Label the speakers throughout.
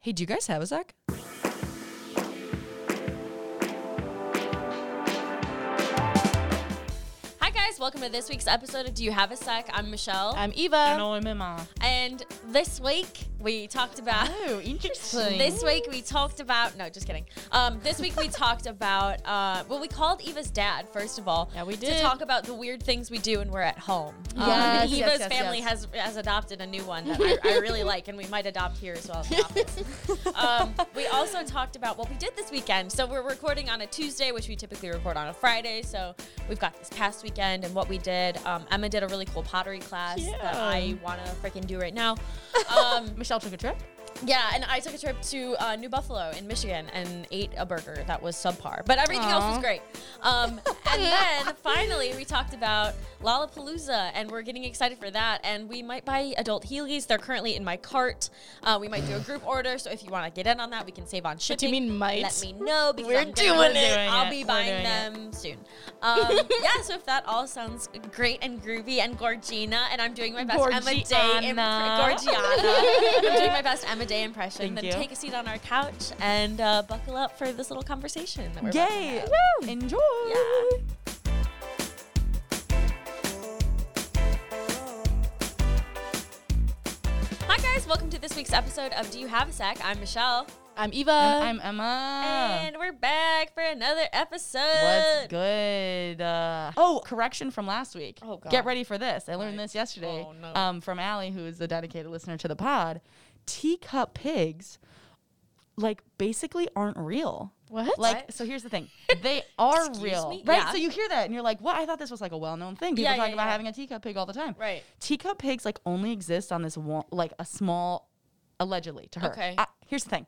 Speaker 1: Hey, do you guys have a sec?
Speaker 2: Hi guys, welcome to this week's episode of Do You Have a Sec? I'm Michelle,
Speaker 1: I'm Eva.
Speaker 3: know him, Emma.
Speaker 2: and this week we talked about.
Speaker 1: oh, interesting.
Speaker 2: This week we talked about no, just kidding. Um, this week we talked about uh, well, we called Eva's dad first of all.
Speaker 3: Yeah, we
Speaker 2: to
Speaker 3: did.
Speaker 2: talk about the weird things we do when we're at home. Um,
Speaker 1: Yes,
Speaker 2: Eva's
Speaker 1: yes, yes,
Speaker 2: family
Speaker 1: yes.
Speaker 2: has has adopted a new one that I, I really like, and we might adopt here as well. in the office. um, we also talked about what we did this weekend. So we're recording on a Tuesday, which we typically record on a Friday. So we've got this past weekend and what we did. Um, Emma did a really cool pottery class that
Speaker 3: Yeah.
Speaker 2: I want to freaking do right now. Um,
Speaker 1: Michelle took a trip.
Speaker 2: yeah, and I took a trip to uh, New Buffalo in Michigan and ate a burger that was subpar, but everything else was
Speaker 3: Aw.
Speaker 2: great. Um, and then finally, we talked about Lollapalooza, and we're getting excited for that. And we might buy adult Heelys; they're currently in my cart. Uh, we might do a group order, so if you want to get in on that, we can save on shipping.
Speaker 3: do you mean might?
Speaker 2: Let me know because
Speaker 3: We're
Speaker 2: I'm
Speaker 3: doing
Speaker 2: gonna-
Speaker 3: it. We're doing
Speaker 2: I'll
Speaker 3: it.
Speaker 2: be
Speaker 3: We're
Speaker 2: buying
Speaker 3: doing it.
Speaker 2: them soon. Um, yeah, so if that all sounds great and groovy and Gorgina, and I'm doing my best Emma Day impre-
Speaker 3: Gorgiana.
Speaker 2: Gorgiana. I'm doing my best Emma Day impression.
Speaker 3: Thank
Speaker 2: then
Speaker 3: you.
Speaker 2: take a seat on our couch and uh, buckle up for this little conversation that we're about to
Speaker 1: Yay!
Speaker 2: have.
Speaker 1: Woo! Enjoy.
Speaker 2: Yeah. Hi guys, welcome to this week's episode of Do You Have a Sec? I'm Michelle,
Speaker 1: I'm Eva.
Speaker 3: I'm Emma.
Speaker 2: and we're back for another episode.
Speaker 3: What's good? Uh, oh, correction from last week.
Speaker 2: Oh, God.
Speaker 3: Get ready for this. I learned this yesterday
Speaker 2: Oh, no.
Speaker 3: um, from Allie, who is a dedicated listener to the pod. Teacup pigs, like, basically aren't real.
Speaker 1: what?
Speaker 3: Like,
Speaker 2: What?
Speaker 3: so here's the thing. They are
Speaker 2: Excuse
Speaker 3: real.
Speaker 2: me?
Speaker 3: Right?
Speaker 2: Yeah.
Speaker 3: So you hear that and you're like, what? I thought this was like a well known thing. People
Speaker 2: Yeah,
Speaker 3: talk
Speaker 2: yeah,
Speaker 3: about
Speaker 2: yeah.
Speaker 3: having a teacup pig all the time.
Speaker 2: Right.
Speaker 3: Teacup pigs like only exist on this one, like a small, allegedly to her.
Speaker 2: Okay.
Speaker 3: I- here's the thing.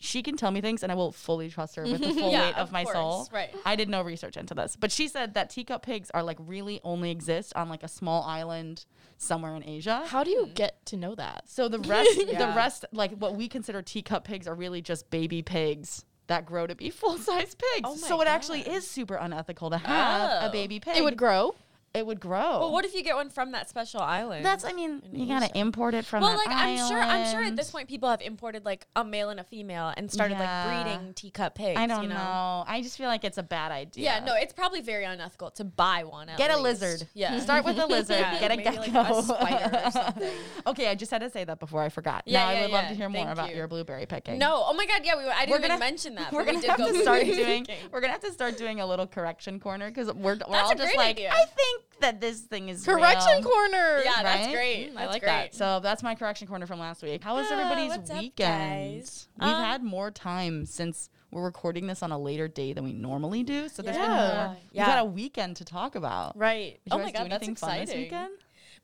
Speaker 3: She can tell me things and I will fully trust her with the full
Speaker 2: Yeah,
Speaker 3: weight
Speaker 2: of
Speaker 3: of my soul.
Speaker 2: course, right.
Speaker 3: I did no research into this, but she said that teacup pigs are like really only exist on like a small island somewhere in Asia.
Speaker 4: How do you get to know that?
Speaker 3: So the rest,
Speaker 1: Yeah.
Speaker 3: the rest, like what we consider teacup pigs are really just baby pigs that grow to be full size pigs.
Speaker 2: Oh my
Speaker 3: so it actually is super unethical to have
Speaker 2: Oh.
Speaker 3: a baby pig.
Speaker 4: It would grow.
Speaker 3: It would grow.
Speaker 2: Well, what if you get one from that special island?
Speaker 3: That's, I mean, you gotta import it from.
Speaker 2: well,
Speaker 3: an
Speaker 2: like I'm sure, I'm sure at
Speaker 3: island.
Speaker 2: this point people have imported like a male and a female and started
Speaker 3: Yeah.
Speaker 2: like breeding teacup pigs.
Speaker 3: I don't
Speaker 2: you
Speaker 3: know? I just feel like it's a bad idea.
Speaker 2: Yeah, no, it's probably very unethical to buy one. At
Speaker 3: Get a
Speaker 2: least.
Speaker 3: lizard.
Speaker 2: Yeah.
Speaker 3: Start with a lizard.
Speaker 2: Yeah,
Speaker 3: Get a
Speaker 2: maybe, like,
Speaker 3: gecko.
Speaker 2: a spider or something.
Speaker 3: okay, I just had to say that before I forgot.
Speaker 2: Yeah,
Speaker 3: now I
Speaker 2: yeah,
Speaker 3: would love to
Speaker 2: yeah.
Speaker 3: hear more
Speaker 2: Thank
Speaker 3: about
Speaker 2: you.
Speaker 3: your blueberry picking.
Speaker 2: No. Oh my God. Yeah, we, I didn't
Speaker 3: We're
Speaker 2: even
Speaker 3: gonna-
Speaker 2: mention that.
Speaker 3: we're
Speaker 2: but
Speaker 3: gonna
Speaker 2: we did
Speaker 3: have
Speaker 2: go
Speaker 3: to start
Speaker 2: blueberry
Speaker 3: doing.
Speaker 2: picking.
Speaker 3: We're gonna have to start doing a little correction corner because we're, we're
Speaker 2: That's
Speaker 3: all
Speaker 2: a
Speaker 3: just
Speaker 2: great
Speaker 3: like,
Speaker 2: idea.
Speaker 3: I think that this thing is
Speaker 4: Correction
Speaker 3: real."
Speaker 4: corner.
Speaker 2: Yeah, that's
Speaker 3: Right?
Speaker 2: great.
Speaker 4: Mm, I
Speaker 2: that's
Speaker 4: like
Speaker 2: great.
Speaker 4: that.
Speaker 3: So that's my correction corner from last week. How was
Speaker 2: Yeah, Ah, what's
Speaker 3: everybody's
Speaker 2: up,
Speaker 3: weekend?
Speaker 2: guys?
Speaker 3: We've
Speaker 2: Um,
Speaker 3: had more time since we're recording this on a later day than we normally do. So there's
Speaker 2: Yeah.
Speaker 3: been more.
Speaker 2: Yeah.
Speaker 3: We've got a weekend to talk about.
Speaker 2: Right.
Speaker 3: Did you
Speaker 2: Oh my
Speaker 3: guys
Speaker 2: God.
Speaker 3: do
Speaker 2: That's
Speaker 3: anything fun
Speaker 2: exciting.
Speaker 3: this weekend?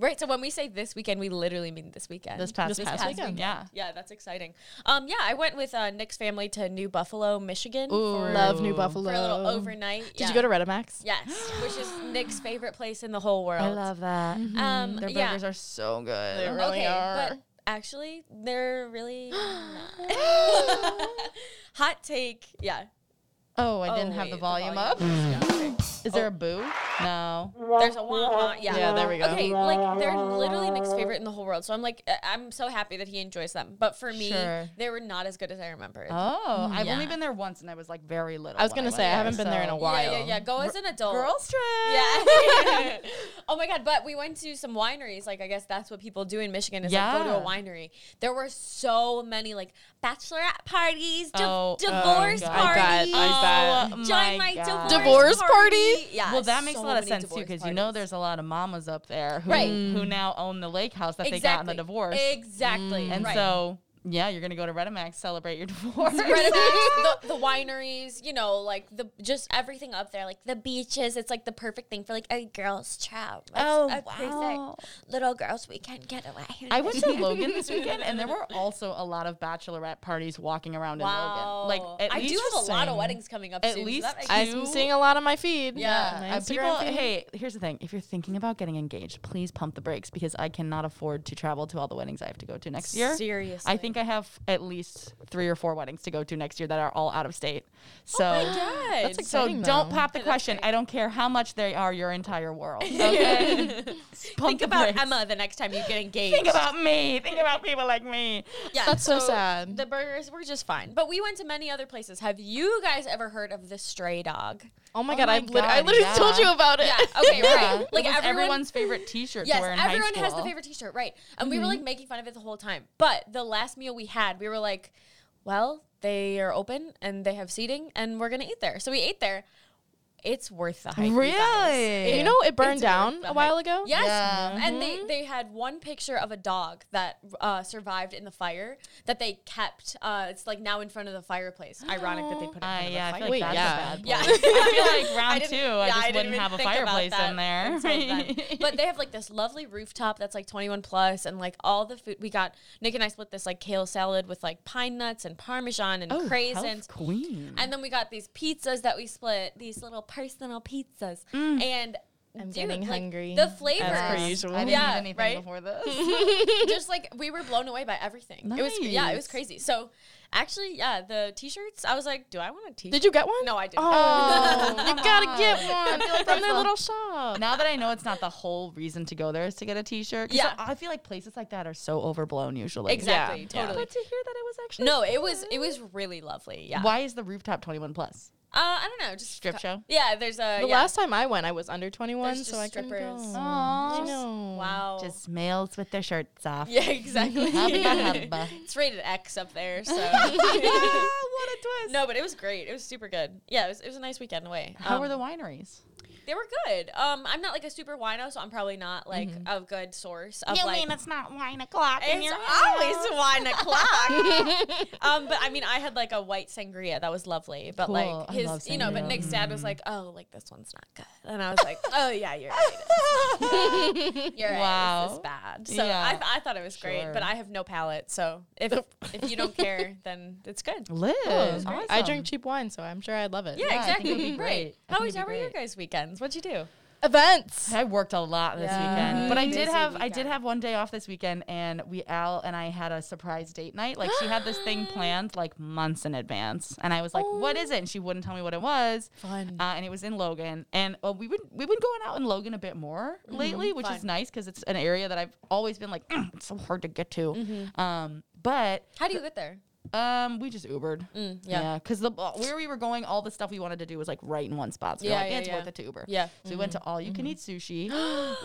Speaker 2: Right. So when we say this weekend, we literally mean this weekend.
Speaker 3: This past,
Speaker 4: This
Speaker 3: past,
Speaker 4: past
Speaker 3: weekend.
Speaker 4: weekend.
Speaker 3: Yeah.
Speaker 2: Yeah, that's exciting. Um, yeah, I went with uh, Nick's family to New Buffalo, Michigan for,
Speaker 4: Love New
Speaker 3: Ooh.
Speaker 4: Buffalo.
Speaker 2: for a little overnight.
Speaker 4: Did you go to Redemax?
Speaker 2: Yes, which is Nick's favorite place in the whole world.
Speaker 3: that.
Speaker 2: Um,
Speaker 3: Mm-hmm. Their
Speaker 2: yeah.
Speaker 3: burgers are so good.
Speaker 4: They really
Speaker 2: okay,
Speaker 4: are.
Speaker 2: but actually, they're really not. hot take. Yeah.
Speaker 3: Oh, I
Speaker 2: Oh,
Speaker 3: didn't have
Speaker 2: wait,
Speaker 3: the volume,
Speaker 2: volume Oh.
Speaker 3: up.
Speaker 2: is down.
Speaker 3: Is there a boo? No.
Speaker 2: There's a wah wah. Yeah.
Speaker 4: Yeah, there we go.
Speaker 2: Okay, like they're literally Nick's favorite in the whole world. So I'm like, I- I'm so happy that he enjoys them. But for me,
Speaker 3: Sure.
Speaker 2: they were not as good as I remembered.
Speaker 3: Oh, I've only
Speaker 2: Mm, yeah.
Speaker 3: been there once, and I was like very little.
Speaker 4: I was
Speaker 3: when
Speaker 4: gonna
Speaker 3: went
Speaker 4: say I haven't been there in a
Speaker 3: so-
Speaker 4: while.
Speaker 2: Yeah, yeah, yeah. Go as an adult.
Speaker 3: Girls trip.
Speaker 2: Yeah. oh my god! But we went to some wineries. Like I guess that's what people do in Michigan is like go to a
Speaker 3: Yeah.
Speaker 2: winery. There were so many like bachelorette parties, di-
Speaker 3: Oh, oh
Speaker 2: divorce
Speaker 3: God.
Speaker 4: I bet, I
Speaker 2: parties.
Speaker 4: bet.
Speaker 3: Oh
Speaker 2: Join
Speaker 3: my
Speaker 2: my,
Speaker 3: God.
Speaker 2: divorce,
Speaker 4: Divorce
Speaker 2: party.
Speaker 4: party?
Speaker 2: Yeah.
Speaker 3: well, that makes
Speaker 2: so
Speaker 3: a lot of
Speaker 2: many
Speaker 3: sense too,
Speaker 2: divorce
Speaker 3: because you know
Speaker 2: parties.
Speaker 3: there's a lot of mamas up there who
Speaker 2: Right.
Speaker 3: who now own the lake house that they got in the divorce, Mm.
Speaker 2: Exactly.
Speaker 3: and
Speaker 2: right.
Speaker 3: so yeah, you're gonna go to Redimax celebrate your divorce.
Speaker 2: Red Rocks, the, the wineries, you know, like the just everything up there, like the beaches. It's like the perfect thing for like a girls' trip. It's
Speaker 3: Oh,
Speaker 2: a perfect
Speaker 3: wow.
Speaker 2: little girls' weekend getaway.
Speaker 3: I went to Logan this weekend, and there were also a lot of bachelorette parties walking around
Speaker 2: Wow.
Speaker 3: in Logan. Like at
Speaker 2: I
Speaker 3: least
Speaker 2: do have a lot of
Speaker 4: Interesting.
Speaker 2: weddings coming up
Speaker 3: At
Speaker 2: soon. so
Speaker 3: least
Speaker 2: that makes-
Speaker 3: I-
Speaker 4: I'm seeing a lot on my feed.
Speaker 2: Yeah.
Speaker 4: My
Speaker 3: Uh,
Speaker 4: Instagram
Speaker 3: people,
Speaker 4: feed.
Speaker 3: hey, here's the thing. If you're thinking about getting engaged, please pump the brakes because I cannot afford to travel to all the weddings I have to go to next year.
Speaker 2: Seriously.
Speaker 3: I think think I have at least three or four weddings to go to next year that are all out of state.
Speaker 2: Oh
Speaker 3: So
Speaker 2: God.
Speaker 4: That's
Speaker 3: so
Speaker 4: exciting,
Speaker 3: don't
Speaker 4: though.
Speaker 3: pop the
Speaker 2: Yeah, that's
Speaker 3: question.
Speaker 2: great.
Speaker 3: I don't care how much they are your entire world. Okay. Pump
Speaker 2: Think
Speaker 3: the
Speaker 2: about
Speaker 3: brakes.
Speaker 2: Emma the next time you get engaged.
Speaker 3: Think about me. Think about people like me.
Speaker 2: yeah,
Speaker 4: That's so sad.
Speaker 2: The burgers were just fine, but we went to many other places. Have you guys ever heard of the stray dog?
Speaker 4: Oh my
Speaker 3: Oh
Speaker 4: god,
Speaker 3: my
Speaker 4: I, lit- I
Speaker 3: God,
Speaker 4: literally
Speaker 3: yeah.
Speaker 4: told you about it.
Speaker 2: Yeah. Okay.
Speaker 3: Yeah.
Speaker 2: Right. Like
Speaker 3: Uh, it was
Speaker 2: everyone,
Speaker 3: everyone's favorite T-shirt to
Speaker 2: Yes,
Speaker 3: wear in high
Speaker 2: everyone
Speaker 3: school.
Speaker 2: has the favorite T-shirt, right? And we were like making fun of it the whole time. But the last meal we had, we were like, "Well, they are open and they have seating, and we're gonna eat there." So we ate there. It's worth the hype. you guys.
Speaker 4: You know, it burned
Speaker 2: It's
Speaker 4: down
Speaker 2: worth the
Speaker 4: a while
Speaker 2: hype.
Speaker 4: ago.
Speaker 2: Yes,
Speaker 1: Yeah.
Speaker 2: and they they had one picture of a dog that uh, survived in the fire that they kept. Uh, it's like now in front of the fireplace. Ironic that they put it in front
Speaker 3: Uh,
Speaker 2: of
Speaker 3: yeah, I
Speaker 2: the
Speaker 3: feel
Speaker 2: fire.
Speaker 3: like
Speaker 4: Wait,
Speaker 3: that's
Speaker 4: yeah.
Speaker 3: a bad
Speaker 2: Yeah,
Speaker 3: place. I feel like round
Speaker 2: didn't-
Speaker 3: two, I
Speaker 2: yeah,
Speaker 3: just
Speaker 2: didn't
Speaker 3: wouldn't
Speaker 2: even
Speaker 3: have a
Speaker 2: think about
Speaker 3: fireplace
Speaker 2: that
Speaker 3: in there.
Speaker 2: until then. but they have like this lovely rooftop that's like 21 plus, and like all the food we got. Nick and I split this like kale salad with like pine nuts and parmesan
Speaker 3: Oh,
Speaker 2: and craisins.
Speaker 3: queen.
Speaker 2: And then we got these pizzas that we split, these little personal pizzas.
Speaker 3: Mm.
Speaker 2: And
Speaker 4: I'm
Speaker 2: dude,
Speaker 4: getting
Speaker 2: like,
Speaker 4: hungry.
Speaker 2: The flavors,
Speaker 4: As per
Speaker 3: Yeah.
Speaker 4: usual.
Speaker 3: I didn't
Speaker 2: Yeah,
Speaker 3: eat anything
Speaker 2: right?
Speaker 3: before this.
Speaker 2: just like we were blown away by everything. It was yeah, it was
Speaker 3: Nice.
Speaker 2: crazy. So actually, yeah, the t-shirts. I was like, do I want a t-shirt?
Speaker 4: Did you get one?
Speaker 2: No, I didn't.
Speaker 4: Oh,
Speaker 3: Oh,
Speaker 4: you
Speaker 3: come
Speaker 4: gotta
Speaker 3: on. I
Speaker 4: get
Speaker 3: feel
Speaker 4: one
Speaker 3: like
Speaker 4: from
Speaker 3: that's
Speaker 4: their
Speaker 3: a-
Speaker 4: little shop.
Speaker 3: now that I know it's not the whole reason to go there is to get a T-shirt. 'cause
Speaker 2: Yeah.
Speaker 3: I feel like places like that are so overblown usually.
Speaker 2: Exactly,
Speaker 3: Yeah.
Speaker 2: totally.
Speaker 3: But to hear that it was actually
Speaker 2: No, it was it was really lovely. Yeah. Uh,
Speaker 3: Why is the rooftop 21 plus?
Speaker 2: I don't know. Just
Speaker 3: Strip show?
Speaker 2: Yeah. There's a
Speaker 4: The
Speaker 2: yeah.
Speaker 4: last time I went, I was under 21,
Speaker 2: There's
Speaker 4: so
Speaker 2: just
Speaker 4: I couldn't
Speaker 2: strippers.
Speaker 4: go. Oh,
Speaker 3: Aww.
Speaker 4: I know.
Speaker 2: Wow.
Speaker 3: Just males with their shirts off.
Speaker 2: yeah, exactly.
Speaker 3: Hubba, hubba.
Speaker 2: it's rated X up there, so
Speaker 3: what a twist.
Speaker 2: no, but it was great. It was super good. Yeah, it was, it was a nice weekend away.
Speaker 3: How
Speaker 2: Um,
Speaker 3: were the wineries?
Speaker 2: They were good. Um, I'm not like a super wino, so I'm probably not like
Speaker 3: Mm-hmm.
Speaker 2: a good source of like.
Speaker 3: it's not wine o'clock
Speaker 2: It's always wine o'clock. um, but I mean, I had like a white sangria that was lovely, but
Speaker 3: Cool.
Speaker 2: like
Speaker 3: I
Speaker 2: his,
Speaker 3: love
Speaker 2: you know,
Speaker 3: sangria.
Speaker 2: but
Speaker 3: Mm.
Speaker 2: Nick's dad was like, "Oh, like this one's not good," and I was like, "Oh yeah, you're right. You're right. This
Speaker 3: Wow.
Speaker 2: is bad." So I,
Speaker 3: Yeah.
Speaker 2: th- I thought it was great, but
Speaker 3: Sure.
Speaker 2: I have no palate, so if if you don't care, then it's good.
Speaker 3: Liz,
Speaker 4: Oh,
Speaker 3: awesome.
Speaker 4: I drink cheap wine, so I'm sure I'd love it.
Speaker 2: Yeah,
Speaker 3: Yeah, I think
Speaker 2: exactly.
Speaker 3: it'd be
Speaker 2: Right.
Speaker 3: great. I
Speaker 2: How
Speaker 3: think
Speaker 2: was
Speaker 3: it'd
Speaker 2: how
Speaker 3: be
Speaker 2: were your
Speaker 3: great.
Speaker 2: guys' weekends? What'd you do?
Speaker 4: Events.
Speaker 3: I worked a lot this
Speaker 4: Yeah.
Speaker 3: weekend, but I did
Speaker 2: Busy
Speaker 3: have I did
Speaker 2: weekend.
Speaker 3: have one day off this weekend, and we Al and I had a surprise date night. Like she had this thing planned like months in advance, and I was like, "What is it?" And she wouldn't tell me what it was.
Speaker 2: Fun.
Speaker 3: uh, and it was in Logan, and uh, we've been we've been going out in Logan a bit more lately, which is
Speaker 2: Mm-hmm. Fun.
Speaker 3: nice because it's an area that I've always been like, "Mm, it's so hard to get to.
Speaker 2: Mm-hmm.
Speaker 3: Um, but
Speaker 2: How do you get there?
Speaker 3: um, we just Ubered.
Speaker 2: Mm, yeah.
Speaker 3: yeah, because the uh, where we were going, all the stuff we wanted to do was like right in one spot. So we
Speaker 2: Yeah,
Speaker 3: we're like,
Speaker 2: yeah,
Speaker 3: yeah, it's
Speaker 2: yeah.
Speaker 3: worth it to Uber.
Speaker 2: Yeah. Mm-hmm.
Speaker 3: So we went to all you can eat sushi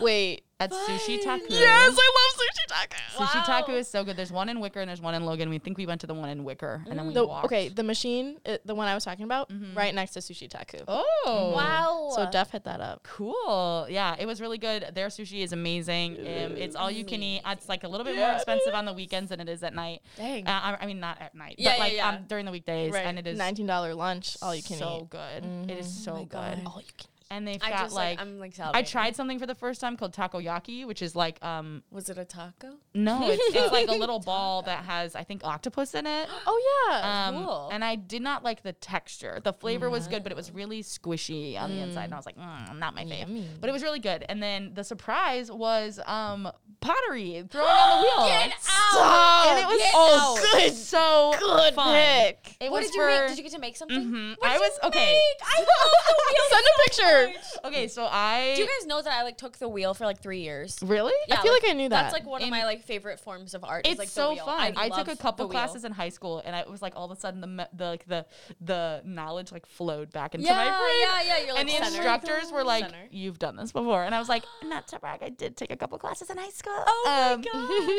Speaker 4: Wait.
Speaker 3: at Sushi Taku.
Speaker 4: Yes, I love sushi tacos.
Speaker 3: Sushi
Speaker 2: Wow.
Speaker 3: Taku is so good. There's one in Wicker and there's one in Logan. We think we went to the one in Wicker and
Speaker 2: Mm,
Speaker 3: then we
Speaker 4: The,
Speaker 3: walked.
Speaker 4: okay, the machine, uh the one I was talking about, right next to Sushi Taku.
Speaker 3: Oh.
Speaker 2: Wow.
Speaker 4: So Def hit that up.
Speaker 3: Cool. Yeah, it was really good. Their sushi is amazing. Um, it's all you can eat. It's like a little bit more expensive on the weekends than it is at night.
Speaker 2: Dang.
Speaker 3: Uh, I, I mean, not at night,
Speaker 2: Yeah,
Speaker 3: but
Speaker 2: yeah,
Speaker 3: like
Speaker 2: yeah.
Speaker 3: Um, during the weekdays.
Speaker 2: Right.
Speaker 3: And it is
Speaker 4: $19 lunch,
Speaker 2: Oh,
Speaker 4: all you can
Speaker 3: so
Speaker 4: eat.
Speaker 3: good. It
Speaker 2: Mm-hmm.
Speaker 3: is so good.
Speaker 4: All you can
Speaker 3: And they've
Speaker 2: I
Speaker 3: got
Speaker 2: just
Speaker 3: like,
Speaker 2: like, I'm like mm.
Speaker 3: I
Speaker 2: salivating.
Speaker 3: tried something for the first time called takoyaki, which is like um
Speaker 2: Was it a taco?
Speaker 3: no, it's, it's like a little ball that has I think octopus in it.
Speaker 4: Oh, yeah.
Speaker 3: Um,
Speaker 2: cool. Mm.
Speaker 3: And I did not like the texture. The flavor was good, but it was really squishy on the inside. And I was like, mm, not my fave.
Speaker 4: Yummy.
Speaker 3: But it was really good. And then the surprise was um, pottery thrown on the wheel.
Speaker 2: Get out!
Speaker 3: And it was
Speaker 2: Get
Speaker 3: oh,
Speaker 2: out!
Speaker 3: good, so good fun.
Speaker 4: Pick.
Speaker 3: It
Speaker 2: What
Speaker 3: was
Speaker 2: did you
Speaker 3: for.
Speaker 2: make? Did you get to make something?
Speaker 3: Mhm.
Speaker 2: What did
Speaker 3: I was
Speaker 2: you
Speaker 3: okay.
Speaker 2: make? I love the wheel.
Speaker 4: Send a picture.
Speaker 3: Okay, so I
Speaker 2: Do you guys know that I like took the wheel for like three years?
Speaker 3: really?
Speaker 2: Yeah,
Speaker 4: I feel like I knew
Speaker 2: That's
Speaker 4: that.
Speaker 2: like one of my like favorite forms of art. is,
Speaker 3: It's
Speaker 2: like, the
Speaker 3: so
Speaker 2: wheel.
Speaker 3: fun. I, took
Speaker 2: love
Speaker 3: a couple
Speaker 2: the wheel.
Speaker 3: classes in high school, and I, it was like all of a sudden the me- the like, the the knowledge like flowed back into
Speaker 2: Yeah,
Speaker 3: my brain.
Speaker 2: yeah, yeah. You're like
Speaker 3: and the
Speaker 2: center.
Speaker 3: instructors were like,
Speaker 2: Center.
Speaker 3: "You've done this before," and I was like, "Not to brag, I did take a couple classes in high school."
Speaker 2: Oh my
Speaker 3: Um,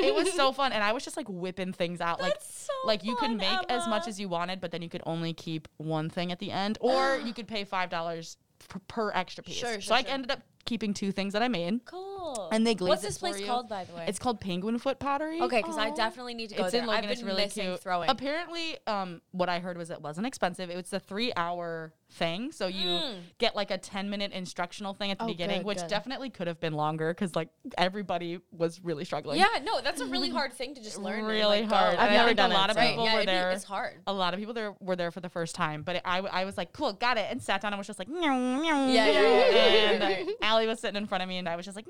Speaker 3: It was so fun, and I was just like whipping things out, like
Speaker 2: That's so
Speaker 3: like you could
Speaker 2: fun,
Speaker 3: make as much
Speaker 2: Emma.
Speaker 3: as you wanted, but then you could only keep one thing at the end, or you could pay five dollars per, per extra piece.
Speaker 2: Sure,
Speaker 3: so
Speaker 2: sure,
Speaker 3: I
Speaker 2: sure.
Speaker 3: ended up keeping two things that I made,
Speaker 2: cool.
Speaker 3: and they glazed
Speaker 2: What's
Speaker 3: it
Speaker 2: this
Speaker 3: for
Speaker 2: place
Speaker 3: you.
Speaker 2: called, by the way?
Speaker 3: It's called Penguin Foot Pottery.
Speaker 2: okay because I
Speaker 3: Aw.
Speaker 2: definitely need to go
Speaker 3: It's
Speaker 2: there.
Speaker 3: in Logan.
Speaker 2: I've been
Speaker 3: It's really
Speaker 2: missing
Speaker 3: cute.
Speaker 2: throwing.
Speaker 3: Apparently, um, what I heard was it wasn't expensive. It was a three-hour thing. So you
Speaker 2: Hmm.
Speaker 3: get like a 10 minute instructional thing at the
Speaker 4: Oh,
Speaker 3: beginning,
Speaker 4: good,
Speaker 3: which
Speaker 4: good.
Speaker 3: definitely could have been longer because like everybody was really struggling.
Speaker 2: yeah, no, that's a really hard thing to just learn. and,
Speaker 3: Really
Speaker 2: like, go.
Speaker 3: hard.
Speaker 4: I've
Speaker 3: And I
Speaker 4: never
Speaker 3: think
Speaker 4: done
Speaker 3: a
Speaker 4: it,
Speaker 3: lot of
Speaker 4: so-
Speaker 2: Right.
Speaker 3: people
Speaker 2: yeah,
Speaker 3: were
Speaker 2: it'd be-
Speaker 3: there.
Speaker 2: it's hard.
Speaker 3: A lot of people there were there for the first time, but it, I, w- I was like, cool, got it, and sat down and was just like, yeah,
Speaker 2: yeah, yeah, yeah,
Speaker 3: and uh,
Speaker 2: right,
Speaker 3: Allie was sitting in front of me, and I was just like,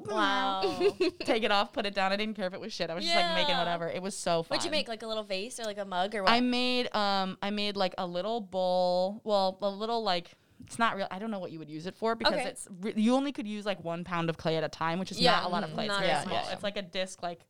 Speaker 2: Wow.
Speaker 3: take it off, put it down. I didn't care if it was shit. I was just like making
Speaker 2: Yeah.
Speaker 3: whatever. It was so fun.
Speaker 2: What'd you make? Like a little vase or like a mug or what?
Speaker 3: I made um I made like a little bowl. Well, a little like it's not real. I don't know what you would use it for because
Speaker 2: Okay.
Speaker 3: it's re- you only could use like one pound of clay at a time, which is
Speaker 2: Yeah, mm,
Speaker 3: not a lot of clay. It's
Speaker 2: not
Speaker 3: very
Speaker 4: as
Speaker 3: small.
Speaker 4: much.
Speaker 3: It's like a disc like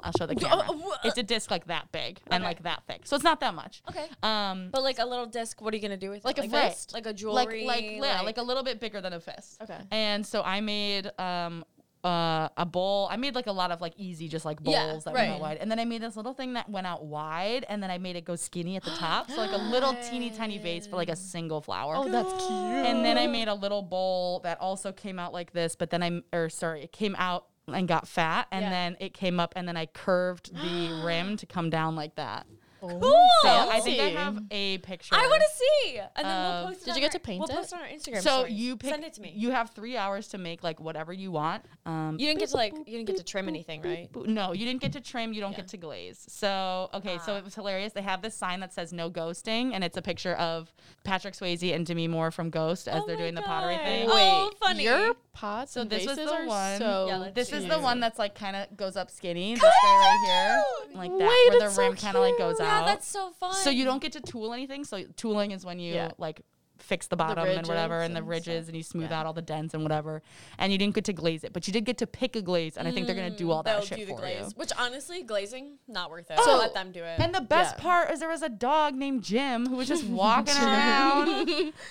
Speaker 3: I'll show the camera.
Speaker 2: wha-
Speaker 3: it's a disc like that big and
Speaker 2: Okay.
Speaker 3: like that thick, so it's not that much.
Speaker 2: okay.
Speaker 3: Um,
Speaker 2: But like a little disc, what are you gonna do with
Speaker 4: Like
Speaker 2: it?
Speaker 4: a fist?
Speaker 2: like a
Speaker 3: like
Speaker 2: jewelry,
Speaker 3: like yeah, like a little bit bigger than a fist.
Speaker 4: Okay.
Speaker 3: And so I made um uh, a bowl. I made like a lot of like easy, just like bowls
Speaker 2: Yeah,
Speaker 3: that went
Speaker 2: right.
Speaker 3: out wide, and then I made this little thing that went out wide, and then I made it go skinny at the top, so like a little teeny tiny vase for like a single flower.
Speaker 4: Oh, that's cute.
Speaker 3: and then I made a little bowl that also came out like this, but then I or sorry, it came out and got fat, and
Speaker 2: Yeah.
Speaker 3: then it came up, and then I curved the rim to come down like that.
Speaker 2: cool.
Speaker 3: So I think I
Speaker 4: Fancy.
Speaker 3: have a picture.
Speaker 2: Oh, I want to see, and then
Speaker 3: Uh,
Speaker 2: we'll post. It
Speaker 4: Did
Speaker 2: on
Speaker 4: you get
Speaker 2: our-
Speaker 4: to paint
Speaker 2: We'll
Speaker 4: it?
Speaker 2: post it on our Instagram.
Speaker 3: So
Speaker 2: stories.
Speaker 3: you pick.
Speaker 2: Send it to me.
Speaker 3: You have three hours to make like whatever you want. Um,
Speaker 2: You didn't get to like you didn't get to trim anything, right?
Speaker 3: But No, you didn't get to trim. You don't get to glaze. So okay, so
Speaker 2: Ah.
Speaker 3: it was hilarious. They have this sign that says "No Ghosting," and it's a picture of Patrick Swayze and Demi Moore from Ghost as
Speaker 2: Oh
Speaker 3: they're
Speaker 2: my
Speaker 3: doing the pottery
Speaker 2: God.
Speaker 3: thing.
Speaker 2: Oh, funny.
Speaker 4: Your pots
Speaker 3: So
Speaker 4: and
Speaker 3: this was
Speaker 4: vases
Speaker 3: the
Speaker 4: are
Speaker 3: one-
Speaker 4: so
Speaker 2: Yeah, let's
Speaker 3: This
Speaker 2: see.
Speaker 3: is
Speaker 4: cute.
Speaker 3: the one that's like kind of goes up skinny. This guy right here, like that,
Speaker 4: Wait,
Speaker 3: where
Speaker 4: it's
Speaker 3: the
Speaker 4: so
Speaker 3: rim kind of like goes
Speaker 2: Yeah,
Speaker 3: out.
Speaker 2: that's so fun.
Speaker 3: so you don't get to tool anything. So tooling is when you
Speaker 4: Yeah.
Speaker 3: like fix the bottom and whatever,
Speaker 4: ridges
Speaker 3: and the
Speaker 4: and
Speaker 3: ridges, and you smooth
Speaker 4: Yeah.
Speaker 3: out all the dents and whatever. And you didn't get to glaze it, but you did get to pick a glaze, and I think they're gonna do all that
Speaker 2: Mm, They'll
Speaker 3: shit
Speaker 2: do the
Speaker 3: for
Speaker 2: glaze,
Speaker 3: you.
Speaker 2: which honestly, glazing not worth it.
Speaker 3: Oh.
Speaker 2: So let them do it.
Speaker 3: And the best
Speaker 4: Yeah.
Speaker 3: part is there was a dog named Jim who was just walking around,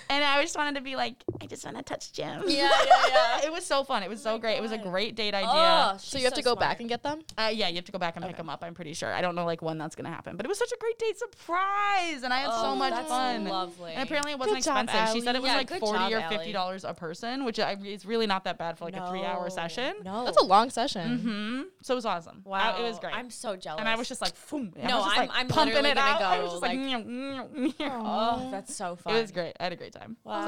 Speaker 3: and I just wanted to be like, I just want to touch Jim.
Speaker 2: yeah, yeah, yeah. Oh
Speaker 3: It was so fun. It was so great. It was a
Speaker 2: God.
Speaker 3: great date idea.
Speaker 2: Oh,
Speaker 4: So you have to go back and get them.
Speaker 3: Uh, yeah, you have to go back and pick 'em pick them up. I'm pretty sure. I don't know like when that's gonna happen, but it was such a great date surprise, and I had so
Speaker 2: Oh,
Speaker 3: much
Speaker 2: that's
Speaker 3: fun.
Speaker 2: lovely.
Speaker 3: And apparently it wasn't
Speaker 4: Good job,
Speaker 3: expensive. she said it was
Speaker 2: Ally.
Speaker 3: like
Speaker 2: Yeah, good
Speaker 3: forty
Speaker 2: job,
Speaker 3: or
Speaker 2: Ally.
Speaker 3: fifty dollars a person, which I, is really not that bad for like a three-hour session.
Speaker 2: No,
Speaker 4: That's a long session.
Speaker 3: hmm So it was awesome.
Speaker 2: wow.
Speaker 3: I- it was great.
Speaker 2: I'm so jealous.
Speaker 3: and I was just like, boom. I
Speaker 2: No,
Speaker 3: was just,
Speaker 2: I'm-
Speaker 3: like,
Speaker 2: I'm
Speaker 3: pumping
Speaker 2: literally
Speaker 3: it
Speaker 2: gonna
Speaker 3: out. I was
Speaker 2: go,
Speaker 3: just like,
Speaker 2: like-
Speaker 3: "Meow, meow, meow."
Speaker 2: oh, that's so fun.
Speaker 3: It was great. I had a great time.
Speaker 2: Wow.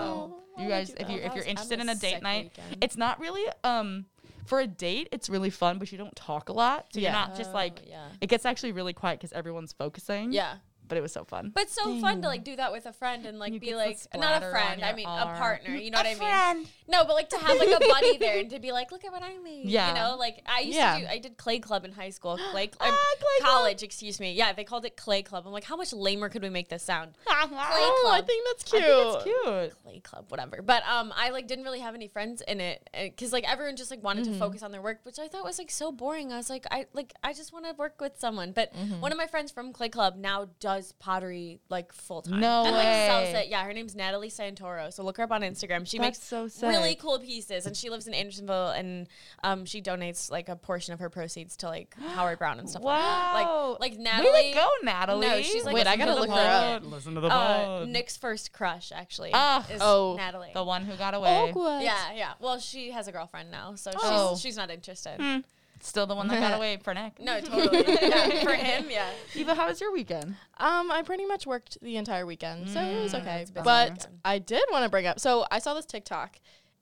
Speaker 3: So, you guys, if you
Speaker 2: that?
Speaker 3: if
Speaker 2: That
Speaker 3: you're
Speaker 2: was-
Speaker 3: interested in
Speaker 2: I'm
Speaker 3: a
Speaker 2: a
Speaker 3: date
Speaker 2: sick
Speaker 3: night,
Speaker 2: weekend.
Speaker 3: it's not really um for a date. It's really fun, but you don't talk a lot. So you're
Speaker 4: Yeah.
Speaker 3: not just
Speaker 2: Oh,
Speaker 3: like
Speaker 2: yeah.
Speaker 3: it gets actually really quiet because everyone's focusing.
Speaker 4: Yeah.
Speaker 3: But it was so fun.
Speaker 2: But so fun to like do that with a friend and like
Speaker 3: You get
Speaker 2: be
Speaker 3: the
Speaker 2: like not
Speaker 3: splatter
Speaker 2: a
Speaker 3: on
Speaker 2: friend, I
Speaker 3: your
Speaker 2: mean a
Speaker 3: arm.
Speaker 2: partner. You know
Speaker 3: A
Speaker 2: what I mean?
Speaker 3: friend.
Speaker 2: No, but like to have like a buddy there and to be like, look at what I made.
Speaker 3: Yeah.
Speaker 2: You know, like I used
Speaker 4: Yeah.
Speaker 2: to do. I did clay club in high school. Clay, cl-
Speaker 3: Ah,
Speaker 2: um,
Speaker 3: clay club.
Speaker 2: college, excuse me. Yeah, they called it clay club. I'm like, how much lamer could we make this sound?
Speaker 4: Oh, I
Speaker 2: club.
Speaker 4: think that's cute.
Speaker 3: It's cute.
Speaker 2: Play club, whatever. But um, I like didn't really have any friends in it because like everyone just like wanted to
Speaker 3: Mm-hmm.
Speaker 2: focus on their work, which I thought was like so boring. I was like, I like I just want to work with someone. But
Speaker 3: Mm-hmm.
Speaker 2: one of my friends from Clay Club now does pottery like full time.
Speaker 3: No
Speaker 2: and, Like, sells
Speaker 3: way.
Speaker 2: it. Yeah, her name's Natalie Santoro. So look her up on Instagram. She
Speaker 3: That's
Speaker 2: makes
Speaker 3: so
Speaker 2: really
Speaker 3: sick.
Speaker 2: cool pieces, and she lives in Andersonville, and um, she donates like a portion of her proceeds to like Howard Brown and stuff. like
Speaker 3: Wow.
Speaker 2: like like
Speaker 3: Way
Speaker 2: Natalie.
Speaker 3: to go, Natalie.
Speaker 2: No, she's like
Speaker 4: Wait, I
Speaker 2: listen to
Speaker 4: gotta
Speaker 2: the
Speaker 4: look her
Speaker 2: pod.
Speaker 4: up.
Speaker 3: Listen to the
Speaker 2: Uh,
Speaker 3: pod.
Speaker 2: Nick's first crush actually
Speaker 3: Ah,
Speaker 2: is
Speaker 4: oh,
Speaker 2: Natalie.
Speaker 3: the one who got away.
Speaker 4: Awkward.
Speaker 2: Yeah, yeah. Well, she has a girlfriend now, so she's,
Speaker 3: Oh.
Speaker 2: she's not interested.
Speaker 4: Hmm.
Speaker 3: Still the one that got away for Nick.
Speaker 2: No, totally. yeah, for him, yeah.
Speaker 3: Eva, how was your weekend?
Speaker 4: Um, I pretty much worked the entire weekend, so it was okay.
Speaker 2: busy
Speaker 4: But
Speaker 2: weekend.
Speaker 4: I did want to bring up. So I saw this TikTok,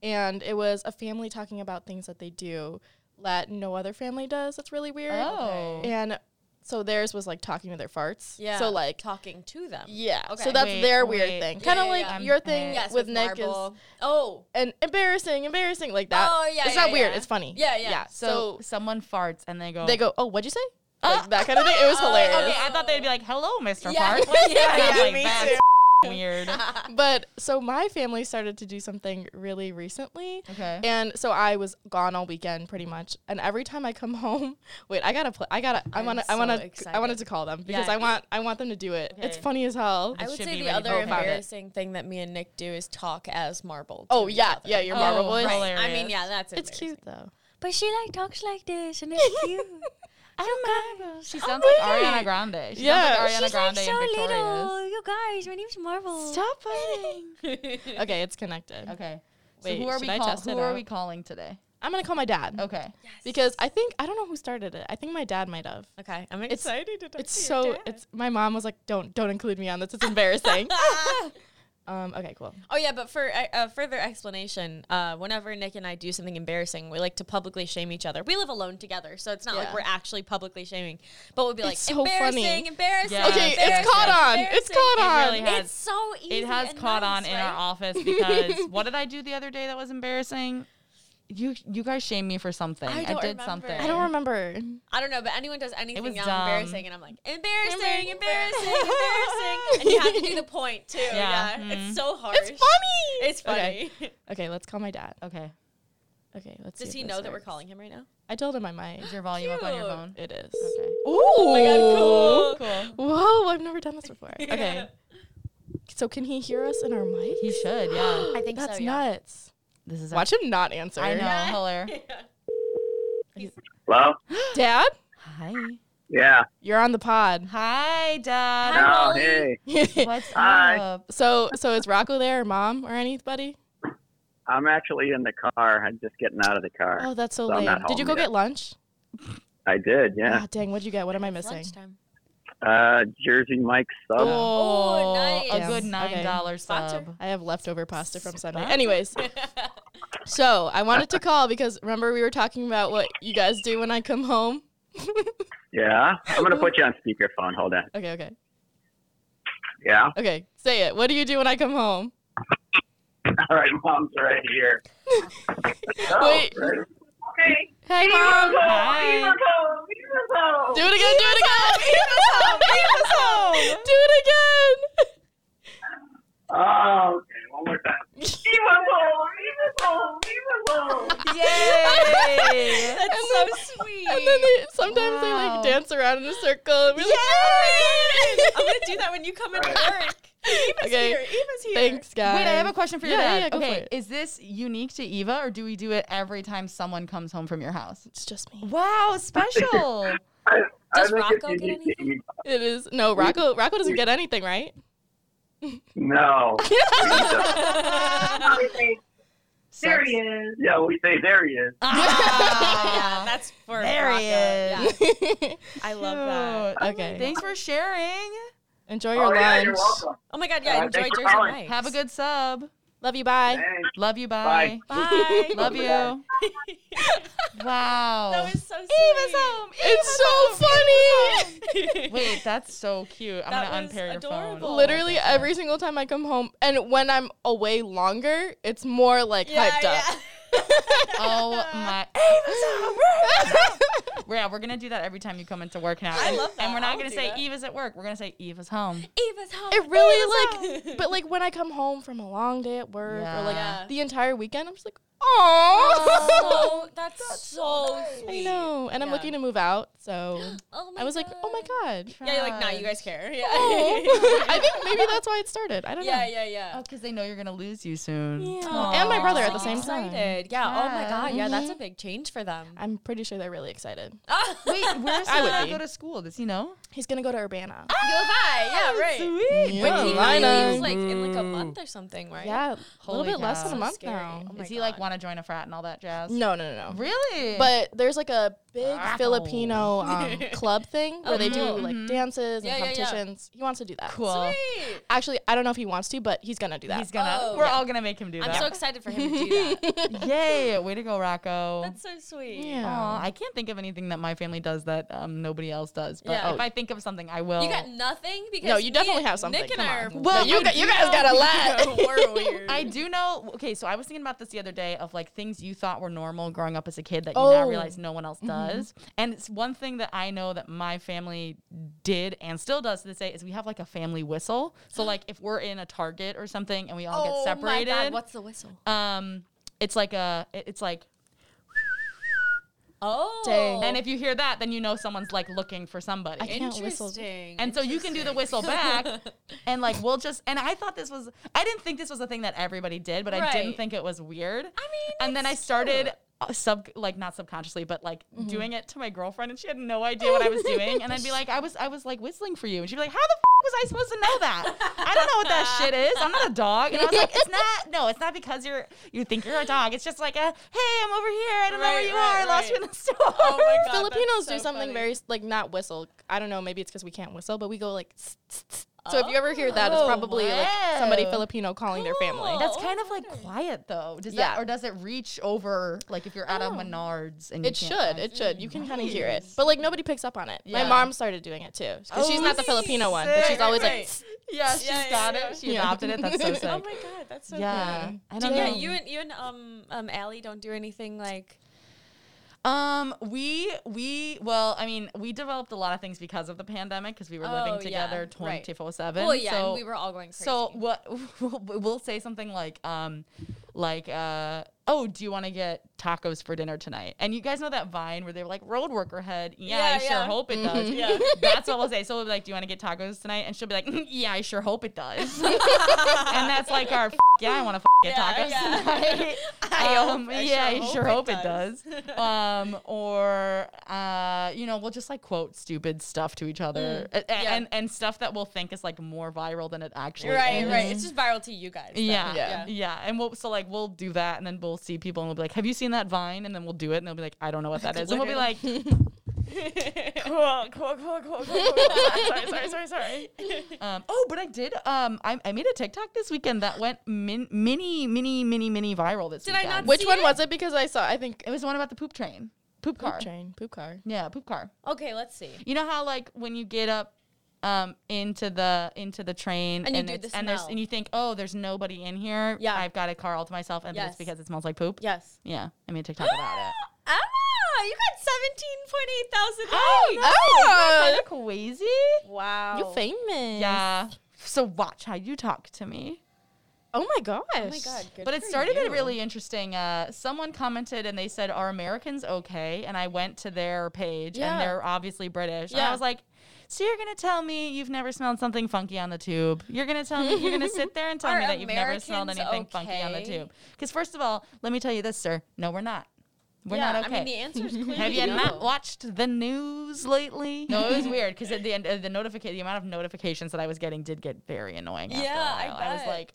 Speaker 4: and it was a family talking about things that they do that no other family does. That's really weird.
Speaker 3: Oh.
Speaker 4: And so theirs was like talking to their farts.
Speaker 2: Yeah.
Speaker 4: So like,
Speaker 2: talking to them.
Speaker 4: yeah.
Speaker 2: Okay.
Speaker 4: So that's
Speaker 3: Wait,
Speaker 4: their
Speaker 3: wait.
Speaker 4: weird thing.
Speaker 2: Yeah,
Speaker 4: Kind of
Speaker 2: yeah,
Speaker 4: like
Speaker 2: yeah.
Speaker 4: your thing
Speaker 2: Yes,
Speaker 4: with, Nick
Speaker 2: marble.
Speaker 4: is
Speaker 2: Oh,
Speaker 4: an embarrassing, embarrassing like that.
Speaker 2: Oh, yeah,
Speaker 4: It's
Speaker 2: yeah,
Speaker 4: not weird.
Speaker 2: yeah.
Speaker 4: It's funny.
Speaker 2: Yeah, yeah.
Speaker 3: So,
Speaker 4: So,
Speaker 3: someone farts and they go.
Speaker 4: they go, "Oh, what'd you say?" Like that kind of thing. It was
Speaker 2: Oh,
Speaker 4: hilarious.
Speaker 3: Okay, I thought they'd be like, "Hello, Mister
Speaker 2: Yeah.
Speaker 3: Fart." Like,
Speaker 2: Yeah,
Speaker 3: I'm
Speaker 2: yeah,
Speaker 3: like,
Speaker 4: me
Speaker 3: "That's
Speaker 4: too."
Speaker 3: Weird.
Speaker 4: But so my family started to do something really recently.
Speaker 3: Okay.
Speaker 4: And so I was gone all weekend pretty much. And every time I come home, wait, I gotta play. I gotta. I
Speaker 2: I'm
Speaker 4: wanna. I
Speaker 2: so
Speaker 4: wanna. I
Speaker 2: excited.
Speaker 4: wanted to call them because
Speaker 2: Yeah.
Speaker 4: I want. I want them to do it. It's
Speaker 3: Okay.
Speaker 4: funny as hell.
Speaker 2: I would
Speaker 3: should
Speaker 2: say
Speaker 3: be
Speaker 2: the
Speaker 3: ready
Speaker 2: other
Speaker 3: to go about it.
Speaker 2: embarrassing thing that me and Nick do is talk as marble. to
Speaker 4: oh
Speaker 2: each
Speaker 4: yeah,
Speaker 2: other.
Speaker 4: yeah. Your
Speaker 3: Oh,
Speaker 4: marble voice.
Speaker 3: right.
Speaker 2: Right. I mean,
Speaker 3: Hilarious.
Speaker 2: yeah, that's
Speaker 4: It's
Speaker 2: embarrassing.
Speaker 4: cute though.
Speaker 2: But she like talks like this, and it's cute.
Speaker 3: She sounds
Speaker 4: Oh,
Speaker 3: like
Speaker 4: wait.
Speaker 3: Ariana Grande. She
Speaker 4: Yeah.
Speaker 3: sounds like Ariana Grande and Victorious.
Speaker 2: You guys, my name's Marble.
Speaker 4: Stop fighting. okay, it's connected.
Speaker 3: Okay.
Speaker 4: Wait,
Speaker 3: so who are
Speaker 4: should
Speaker 3: we
Speaker 4: I
Speaker 3: call-
Speaker 4: test
Speaker 3: Who
Speaker 4: it
Speaker 3: are
Speaker 4: out?
Speaker 3: we calling today?
Speaker 4: I'm gonna call my dad.
Speaker 3: Okay.
Speaker 4: Because I think I don't know who started it. I think my dad might have.
Speaker 2: Okay, I'm
Speaker 4: It's-
Speaker 2: excited to talk
Speaker 4: It's
Speaker 2: to your
Speaker 4: so.
Speaker 2: dad.
Speaker 4: It's my mom was like, "Don't, don't include me on this. It's embarrassing." Um, okay, cool.
Speaker 2: Oh yeah, but for a uh, further explanation, uh, whenever Nick and I do something embarrassing, we like to publicly shame each other. We live alone together, so it's not like
Speaker 4: Yeah.
Speaker 2: we're actually publicly shaming, but we'll be like
Speaker 4: so
Speaker 2: embarrassing,
Speaker 4: funny.
Speaker 2: embarrassing.
Speaker 3: Yeah. Okay, it's
Speaker 2: embarrassing,
Speaker 4: caught on. It's
Speaker 2: embarrassing."
Speaker 4: caught
Speaker 3: It
Speaker 4: on.
Speaker 3: really
Speaker 2: It's
Speaker 3: has.
Speaker 2: so easy.
Speaker 3: It has
Speaker 2: and
Speaker 3: caught on
Speaker 2: nice,
Speaker 3: in
Speaker 2: right?
Speaker 3: our office because what did I do the other day that was embarrassing? You you guys shamed me for something.
Speaker 2: I
Speaker 3: I,
Speaker 2: don't
Speaker 3: did
Speaker 2: remember.
Speaker 3: something.
Speaker 4: I don't remember.
Speaker 2: I don't know, but anyone does anything
Speaker 3: was
Speaker 2: now
Speaker 3: dumb.
Speaker 2: embarrassing, and I'm like embarrassing,
Speaker 4: Embarrassing.
Speaker 2: embarrassing, embarrassing, and you have to do the point too. Yeah,
Speaker 3: Yeah.
Speaker 2: it's
Speaker 3: Mhm.
Speaker 2: so harsh.
Speaker 4: It's funny.
Speaker 2: It's funny.
Speaker 4: Hmm. Okay, let's call my dad.
Speaker 3: Okay.
Speaker 4: Okay, let's.
Speaker 2: Does
Speaker 4: see
Speaker 2: he
Speaker 4: if
Speaker 2: know
Speaker 4: this
Speaker 2: that we're
Speaker 4: works.
Speaker 2: calling him right now?
Speaker 4: I told him I might.
Speaker 3: Is your volume up on your
Speaker 2: Cute.
Speaker 3: phone?
Speaker 4: It is.
Speaker 3: Okay.
Speaker 4: Ooh.
Speaker 2: Oh my
Speaker 3: Cool.
Speaker 4: Whoa! I've never done this before.
Speaker 2: Yeah.
Speaker 4: Okay. So can he hear us in our mic?
Speaker 3: He should, yeah.
Speaker 2: I think
Speaker 4: That's
Speaker 2: so.
Speaker 4: nuts.
Speaker 3: This is
Speaker 4: Watch him not answer.
Speaker 3: I know.
Speaker 2: Yeah.
Speaker 3: Hello.
Speaker 2: Yeah.
Speaker 5: Hello?
Speaker 4: Dad,
Speaker 3: Hi.
Speaker 5: Yeah.
Speaker 4: you're on the pod.
Speaker 3: Hi,
Speaker 2: Hi.
Speaker 3: Dad.
Speaker 5: Oh,
Speaker 2: Molly.
Speaker 5: hey.
Speaker 3: What's
Speaker 5: Hi.
Speaker 3: up?
Speaker 4: so so is Rocco there, or mom, or anybody?
Speaker 5: I'm actually in the car. I'm just getting out of the car.
Speaker 4: Oh, that's so
Speaker 5: So I'm
Speaker 4: lame.
Speaker 5: not
Speaker 4: Did you
Speaker 5: home
Speaker 4: go
Speaker 5: yet.
Speaker 4: get lunch?
Speaker 5: I did, yeah.
Speaker 4: Oh, dang, what'd you get? What am I missing?
Speaker 2: Lunchtime.
Speaker 5: Uh, Jersey Mike's sub.
Speaker 2: Oh, nice.
Speaker 3: A good
Speaker 4: Okay.
Speaker 3: nine dollar
Speaker 2: Sponsor.
Speaker 3: sub.
Speaker 4: I have leftover pasta from Sunday.
Speaker 3: Wow.
Speaker 4: Anyways, so I wanted to call because remember we were talking about what you guys do when I come home.
Speaker 5: Yeah. I'm going to put you on speakerphone. Hold on.
Speaker 4: Okay, okay,
Speaker 5: Yeah.
Speaker 4: okay. Say it. What do you do when I come home?
Speaker 5: All right. Mom's right here.
Speaker 4: Wait.
Speaker 6: Okay.
Speaker 4: Hey,
Speaker 6: Eva's
Speaker 4: mom.
Speaker 6: home. Eva's home. Eva's home.
Speaker 4: Do it again. Do it again. Do it again.
Speaker 5: Oh, okay. One more time.
Speaker 6: Eva's home. Eva's home. Eva's home.
Speaker 3: Yay!
Speaker 2: That's so sweet.
Speaker 4: And then they, sometimes they
Speaker 3: Wow.
Speaker 4: like dance around in a circle. And we're like,
Speaker 2: I'm gonna do that when you come into work. Eva's
Speaker 4: Okay.
Speaker 2: here. Eva's here.
Speaker 4: Thanks, guys.
Speaker 3: Wait, I have a question for you,
Speaker 4: Yeah, yeah,
Speaker 3: Dad.
Speaker 4: yeah, go for
Speaker 3: okay,
Speaker 4: it.
Speaker 3: is this unique to Eva, or do we do it every time someone comes home from your house?
Speaker 4: It's just me.
Speaker 3: Wow, special!
Speaker 5: I,
Speaker 2: Does
Speaker 5: I think
Speaker 2: Rocco
Speaker 5: it's
Speaker 2: get
Speaker 5: unique to
Speaker 2: anything?
Speaker 5: Eva.
Speaker 4: It is no Rocco. Rocco doesn't get anything, right?
Speaker 5: No.
Speaker 6: Wait, There he is.
Speaker 5: yeah, we say there he is.
Speaker 2: Yeah,
Speaker 3: Ah,
Speaker 2: that's for
Speaker 3: There he
Speaker 2: Rocco.
Speaker 3: is.
Speaker 2: Yeah, I love that.
Speaker 3: Cute.
Speaker 4: Okay.
Speaker 3: Oh, Thanks for sharing.
Speaker 4: Enjoy your
Speaker 5: Oh,
Speaker 4: lunch.
Speaker 5: yeah, you're welcome.
Speaker 2: Oh my god, yeah,
Speaker 5: Uh,
Speaker 2: enjoy
Speaker 5: thanks for
Speaker 2: Jersey
Speaker 5: calling.
Speaker 2: Mike's.
Speaker 3: Have a good sub.
Speaker 4: Love you. Bye.
Speaker 5: Thanks.
Speaker 3: Love you. Bye.
Speaker 2: bye.
Speaker 3: Love you. wow.
Speaker 2: That was so sweet.
Speaker 3: Eva's home.
Speaker 4: It's so funny.
Speaker 3: Wait, that's so cute. I'm
Speaker 2: That
Speaker 3: gonna
Speaker 2: was
Speaker 3: unpair your
Speaker 2: adorable.
Speaker 3: phone.
Speaker 4: Literally every single time I come home, and when I'm away longer, it's more like
Speaker 2: Yeah,
Speaker 4: hyped
Speaker 2: yeah.
Speaker 4: up.
Speaker 3: Oh my. Yeah, we're gonna do that every time you come into work now.
Speaker 2: I
Speaker 3: and,
Speaker 2: love that.
Speaker 3: And we're not
Speaker 2: I'll
Speaker 3: gonna
Speaker 2: do
Speaker 3: say
Speaker 2: that.
Speaker 3: Eva's at work. We're gonna say Eva's home.
Speaker 2: Eva's home.
Speaker 4: It really
Speaker 2: Eva's home.
Speaker 4: like, but like when I come home from a long day at work or like
Speaker 2: Yeah.
Speaker 4: the entire weekend, I'm just like, Uh, oh.
Speaker 2: so, that's, so
Speaker 4: I
Speaker 2: sweet.
Speaker 4: know, and I'm
Speaker 2: Yeah.
Speaker 4: looking to move out, so
Speaker 2: Oh my
Speaker 4: I was like, oh my god.
Speaker 2: Yeah, you're like, nah, you guys care. Yeah.
Speaker 4: I think maybe that's why it started. I don't know.
Speaker 2: yeah, yeah, yeah.
Speaker 3: Oh, because they know you're gonna lose you soon.
Speaker 4: Aw. And my brother at the same time.
Speaker 2: excited. Yeah. Oh my
Speaker 3: Yeah.
Speaker 2: god. Yeah, that's a big change for them.
Speaker 4: I'm pretty sure they're really excited.
Speaker 3: Wait, where's
Speaker 4: I would
Speaker 3: Sarah
Speaker 4: be.
Speaker 3: go to school? Does he know?
Speaker 4: He's gonna go to Urbana.
Speaker 2: Goodbye. Yeah. Right.
Speaker 3: Sweet.
Speaker 4: Yeah.
Speaker 2: But he
Speaker 4: I
Speaker 2: only
Speaker 4: know.
Speaker 2: leaves like in like a month or something, right?
Speaker 4: Yeah, a little
Speaker 3: Holy
Speaker 4: bit less
Speaker 3: cow.
Speaker 4: than a
Speaker 3: So
Speaker 4: month
Speaker 2: scary.
Speaker 4: now.
Speaker 2: Oh my
Speaker 3: Does he like
Speaker 2: God.
Speaker 3: want to join a frat and all that jazz?
Speaker 4: No, no, no, no.
Speaker 3: Really?
Speaker 4: But there's like a big
Speaker 3: Wow.
Speaker 4: Filipino um, club thing where they do
Speaker 2: Mhm,
Speaker 4: like
Speaker 3: mhm.
Speaker 4: dances
Speaker 2: Yeah,
Speaker 4: and
Speaker 2: yeah, yeah.
Speaker 4: competitions. He wants to do that.
Speaker 3: cool.
Speaker 2: Sweet.
Speaker 4: Actually, I don't know if he wants to, but he's gonna do that.
Speaker 3: He's gonna.
Speaker 2: Oh,
Speaker 3: we're
Speaker 2: yeah.
Speaker 3: all gonna make him do
Speaker 2: I'm
Speaker 3: that.
Speaker 2: so excited for him to do that.
Speaker 3: Yay! Way to go, Rocco.
Speaker 2: That's so sweet.
Speaker 3: Aw,
Speaker 4: yeah.
Speaker 3: I can't think of anything that my family does that um, nobody else does. But
Speaker 2: Yeah.
Speaker 3: if I think of something, I will.
Speaker 2: You got nothing because
Speaker 4: No, you
Speaker 2: me
Speaker 4: definitely
Speaker 2: and-
Speaker 4: have something.
Speaker 2: Nick and
Speaker 4: Come
Speaker 2: I are
Speaker 4: on.
Speaker 3: Well,
Speaker 4: No, you,
Speaker 3: I
Speaker 4: got, you
Speaker 3: do
Speaker 4: guys got a
Speaker 3: know-
Speaker 4: lot.
Speaker 2: we're weird.
Speaker 3: I do know. Okay, so I was thinking about this the other day of like things you thought were normal growing up as a kid that you now
Speaker 4: Oh.
Speaker 3: realize no one else
Speaker 2: Mm-hmm.
Speaker 3: does. And it's one thing that I know that my family did and still does to this day is we have like a family whistle. So like if we're in a Target or something and we all
Speaker 2: oh
Speaker 3: get separated,
Speaker 2: my god, what's the whistle?
Speaker 3: um, it's like a it- it's like
Speaker 2: Oh,
Speaker 4: Dang.
Speaker 3: and if you hear that, then you know someone's like looking for somebody.
Speaker 4: I can't whistle.
Speaker 2: interesting.
Speaker 3: and so you can do the whistle back and like we'll just and i thought this was i didn't think this was a thing that everybody did but i
Speaker 2: Right.
Speaker 3: didn't think it was weird i
Speaker 2: mean,
Speaker 3: and then i
Speaker 2: it's Mm-hmm.
Speaker 3: started
Speaker 2: cute.
Speaker 3: uh, sub like not subconsciously but like doing it to my girlfriend and she had no idea what i was doing and i'd be like i was i was like whistling for you and she'd be like how the f- was i supposed to know that i don't know what that shit is i'm not a dog and i was like it's not no it's not because you're you think you're a dog it's just like a hey i'm over here i don't know where
Speaker 2: Right,
Speaker 3: you
Speaker 2: right,
Speaker 3: are i lost you
Speaker 2: right.
Speaker 3: in the store
Speaker 2: Oh my god,
Speaker 4: Filipinos
Speaker 2: that's so
Speaker 4: do something
Speaker 2: funny.
Speaker 4: very s- like not whistle. I don't know. Maybe it's because we can't whistle, but we go like. tss, tss, tss, So if you ever hear that, it's
Speaker 3: Oh,
Speaker 4: probably like somebody
Speaker 3: wow.
Speaker 4: Filipino calling their family.
Speaker 2: Cool.
Speaker 4: That's,
Speaker 3: That's
Speaker 2: Oh,
Speaker 3: kind of
Speaker 2: I
Speaker 3: like
Speaker 2: wonder.
Speaker 3: quiet though. Does
Speaker 4: Yeah.
Speaker 3: that or does it reach over like if you're at
Speaker 2: Oh.
Speaker 3: a Menards and you
Speaker 4: it
Speaker 3: can't
Speaker 4: should.
Speaker 3: find-
Speaker 4: It should. You can kind of hear it, but like nobody picks up on it.
Speaker 3: Yeah.
Speaker 4: My mom started doing it too. 'Cause she's not the Filipino one, but she's
Speaker 3: sick.
Speaker 4: always
Speaker 2: Right.
Speaker 4: like, "Tss."
Speaker 3: Yeah, she's
Speaker 2: Yeah, yeah,
Speaker 3: got
Speaker 2: yeah.
Speaker 3: it. She
Speaker 4: Yeah.
Speaker 3: adopted it. That's so sick.
Speaker 2: Oh my god, that's so
Speaker 3: yeah,
Speaker 2: funny.
Speaker 3: I
Speaker 2: Do-
Speaker 3: don't
Speaker 2: yeah,
Speaker 3: know.
Speaker 2: you and you and um um Allie don't do anything like
Speaker 3: Um, we we well, I mean, we developed a lot of things because of the pandemic because we were
Speaker 2: Oh,
Speaker 3: living
Speaker 2: yeah,
Speaker 3: together
Speaker 2: right.
Speaker 3: twenty four seven.
Speaker 2: well yeah,
Speaker 3: so,
Speaker 2: and we were all going crazy.
Speaker 3: so what we'll, we'll say something like um, like uh, oh, do you want to get tacos for dinner tonight? And you guys know that Vine where they were like road worker head. Yeah,
Speaker 2: Yeah,
Speaker 3: I sure
Speaker 2: yeah. Mm-hmm.
Speaker 3: hope it does.
Speaker 2: Yeah.
Speaker 3: That's what we'll say. So we'll be like, do you want to get tacos tonight? And she'll be like, "Mm, yeah, I sure hope it does. and that's like our "F- yeah, I want to f- get
Speaker 2: Yeah,
Speaker 3: tacos
Speaker 2: yeah.
Speaker 3: tonight. Um,
Speaker 2: I hope- I
Speaker 3: yeah,
Speaker 2: sure
Speaker 3: I sure
Speaker 2: hope
Speaker 3: hope it
Speaker 2: it
Speaker 3: does. um, or uh, you know, we'll just like quote stupid stuff to each other, A- a- and,
Speaker 2: Mm. yeah.
Speaker 3: and stuff that we'll think is like more viral than it actually
Speaker 2: right,
Speaker 3: is.
Speaker 2: right. It's just viral to you guys. though.
Speaker 3: Yeah,
Speaker 4: Yeah.
Speaker 3: yeah, yeah, and we'll so like we'll do that, and then we'll see people, and we'll be like, "Have you seen that Vine?" And then we'll do it, and they'll be like, "I don't know what that is," and we'll be like,
Speaker 2: cool, cool, cool, cool, cool.
Speaker 3: sorry, sorry, sorry, sorry. Um, oh, but I did. Um, I, I made a TikTok this weekend that went min- mini, mini, mini, mini viral. This
Speaker 2: Did I
Speaker 3: weekend.
Speaker 2: not
Speaker 4: "Which
Speaker 2: See
Speaker 4: one
Speaker 2: it?
Speaker 4: was it?" Because I saw. I think
Speaker 3: It was the one about the poop train, poop car.
Speaker 4: poop train, poop car.
Speaker 3: Yeah, poop car.
Speaker 2: Okay, let's see.
Speaker 3: You know how like when you get up um into the into the train
Speaker 2: And you do
Speaker 3: it's-
Speaker 2: the
Speaker 3: and there's
Speaker 2: smell.
Speaker 3: and you think, "Oh, there's nobody in here.
Speaker 2: Yeah.
Speaker 3: I've got a car all to myself." And then
Speaker 2: Yes.
Speaker 3: it's because it smells like poop.
Speaker 2: Yes.
Speaker 3: Yeah. I made a TikTok about it.
Speaker 2: Ah, you got seventeen point eight thousand.
Speaker 3: Kind
Speaker 4: Oh,
Speaker 3: of crazy.
Speaker 2: Wow.
Speaker 4: you famous.
Speaker 3: Yeah. So watch how you talk to me.
Speaker 4: Oh my gosh.
Speaker 2: Oh my god. Good
Speaker 3: but it
Speaker 2: for
Speaker 3: started
Speaker 2: you.
Speaker 3: at really interesting. Uh, someone commented and they said, "Are Americans okay?" And I went to their page,
Speaker 4: Yeah.
Speaker 3: and they're obviously British. And
Speaker 2: Yeah.
Speaker 3: I was like, "So you're gonna tell me you've never smelled something funky on the tube? You're gonna tell me you're gonna sit there and tell
Speaker 2: Are
Speaker 3: me that you've never smelled
Speaker 2: Americans
Speaker 3: anything funky on the
Speaker 2: okay?
Speaker 3: tube? Because first of all, let me tell you this, sir. No, we're not. We're
Speaker 2: yeah,
Speaker 3: not okay.
Speaker 2: I mean, the answer is clearly
Speaker 3: Have you
Speaker 2: no.
Speaker 3: not watched the news lately? No, it was weird because at the end, uh, the notification, the amount of notifications that I was getting did get very annoying. After a
Speaker 2: Yeah, I
Speaker 3: while. I was
Speaker 2: bet.
Speaker 3: like,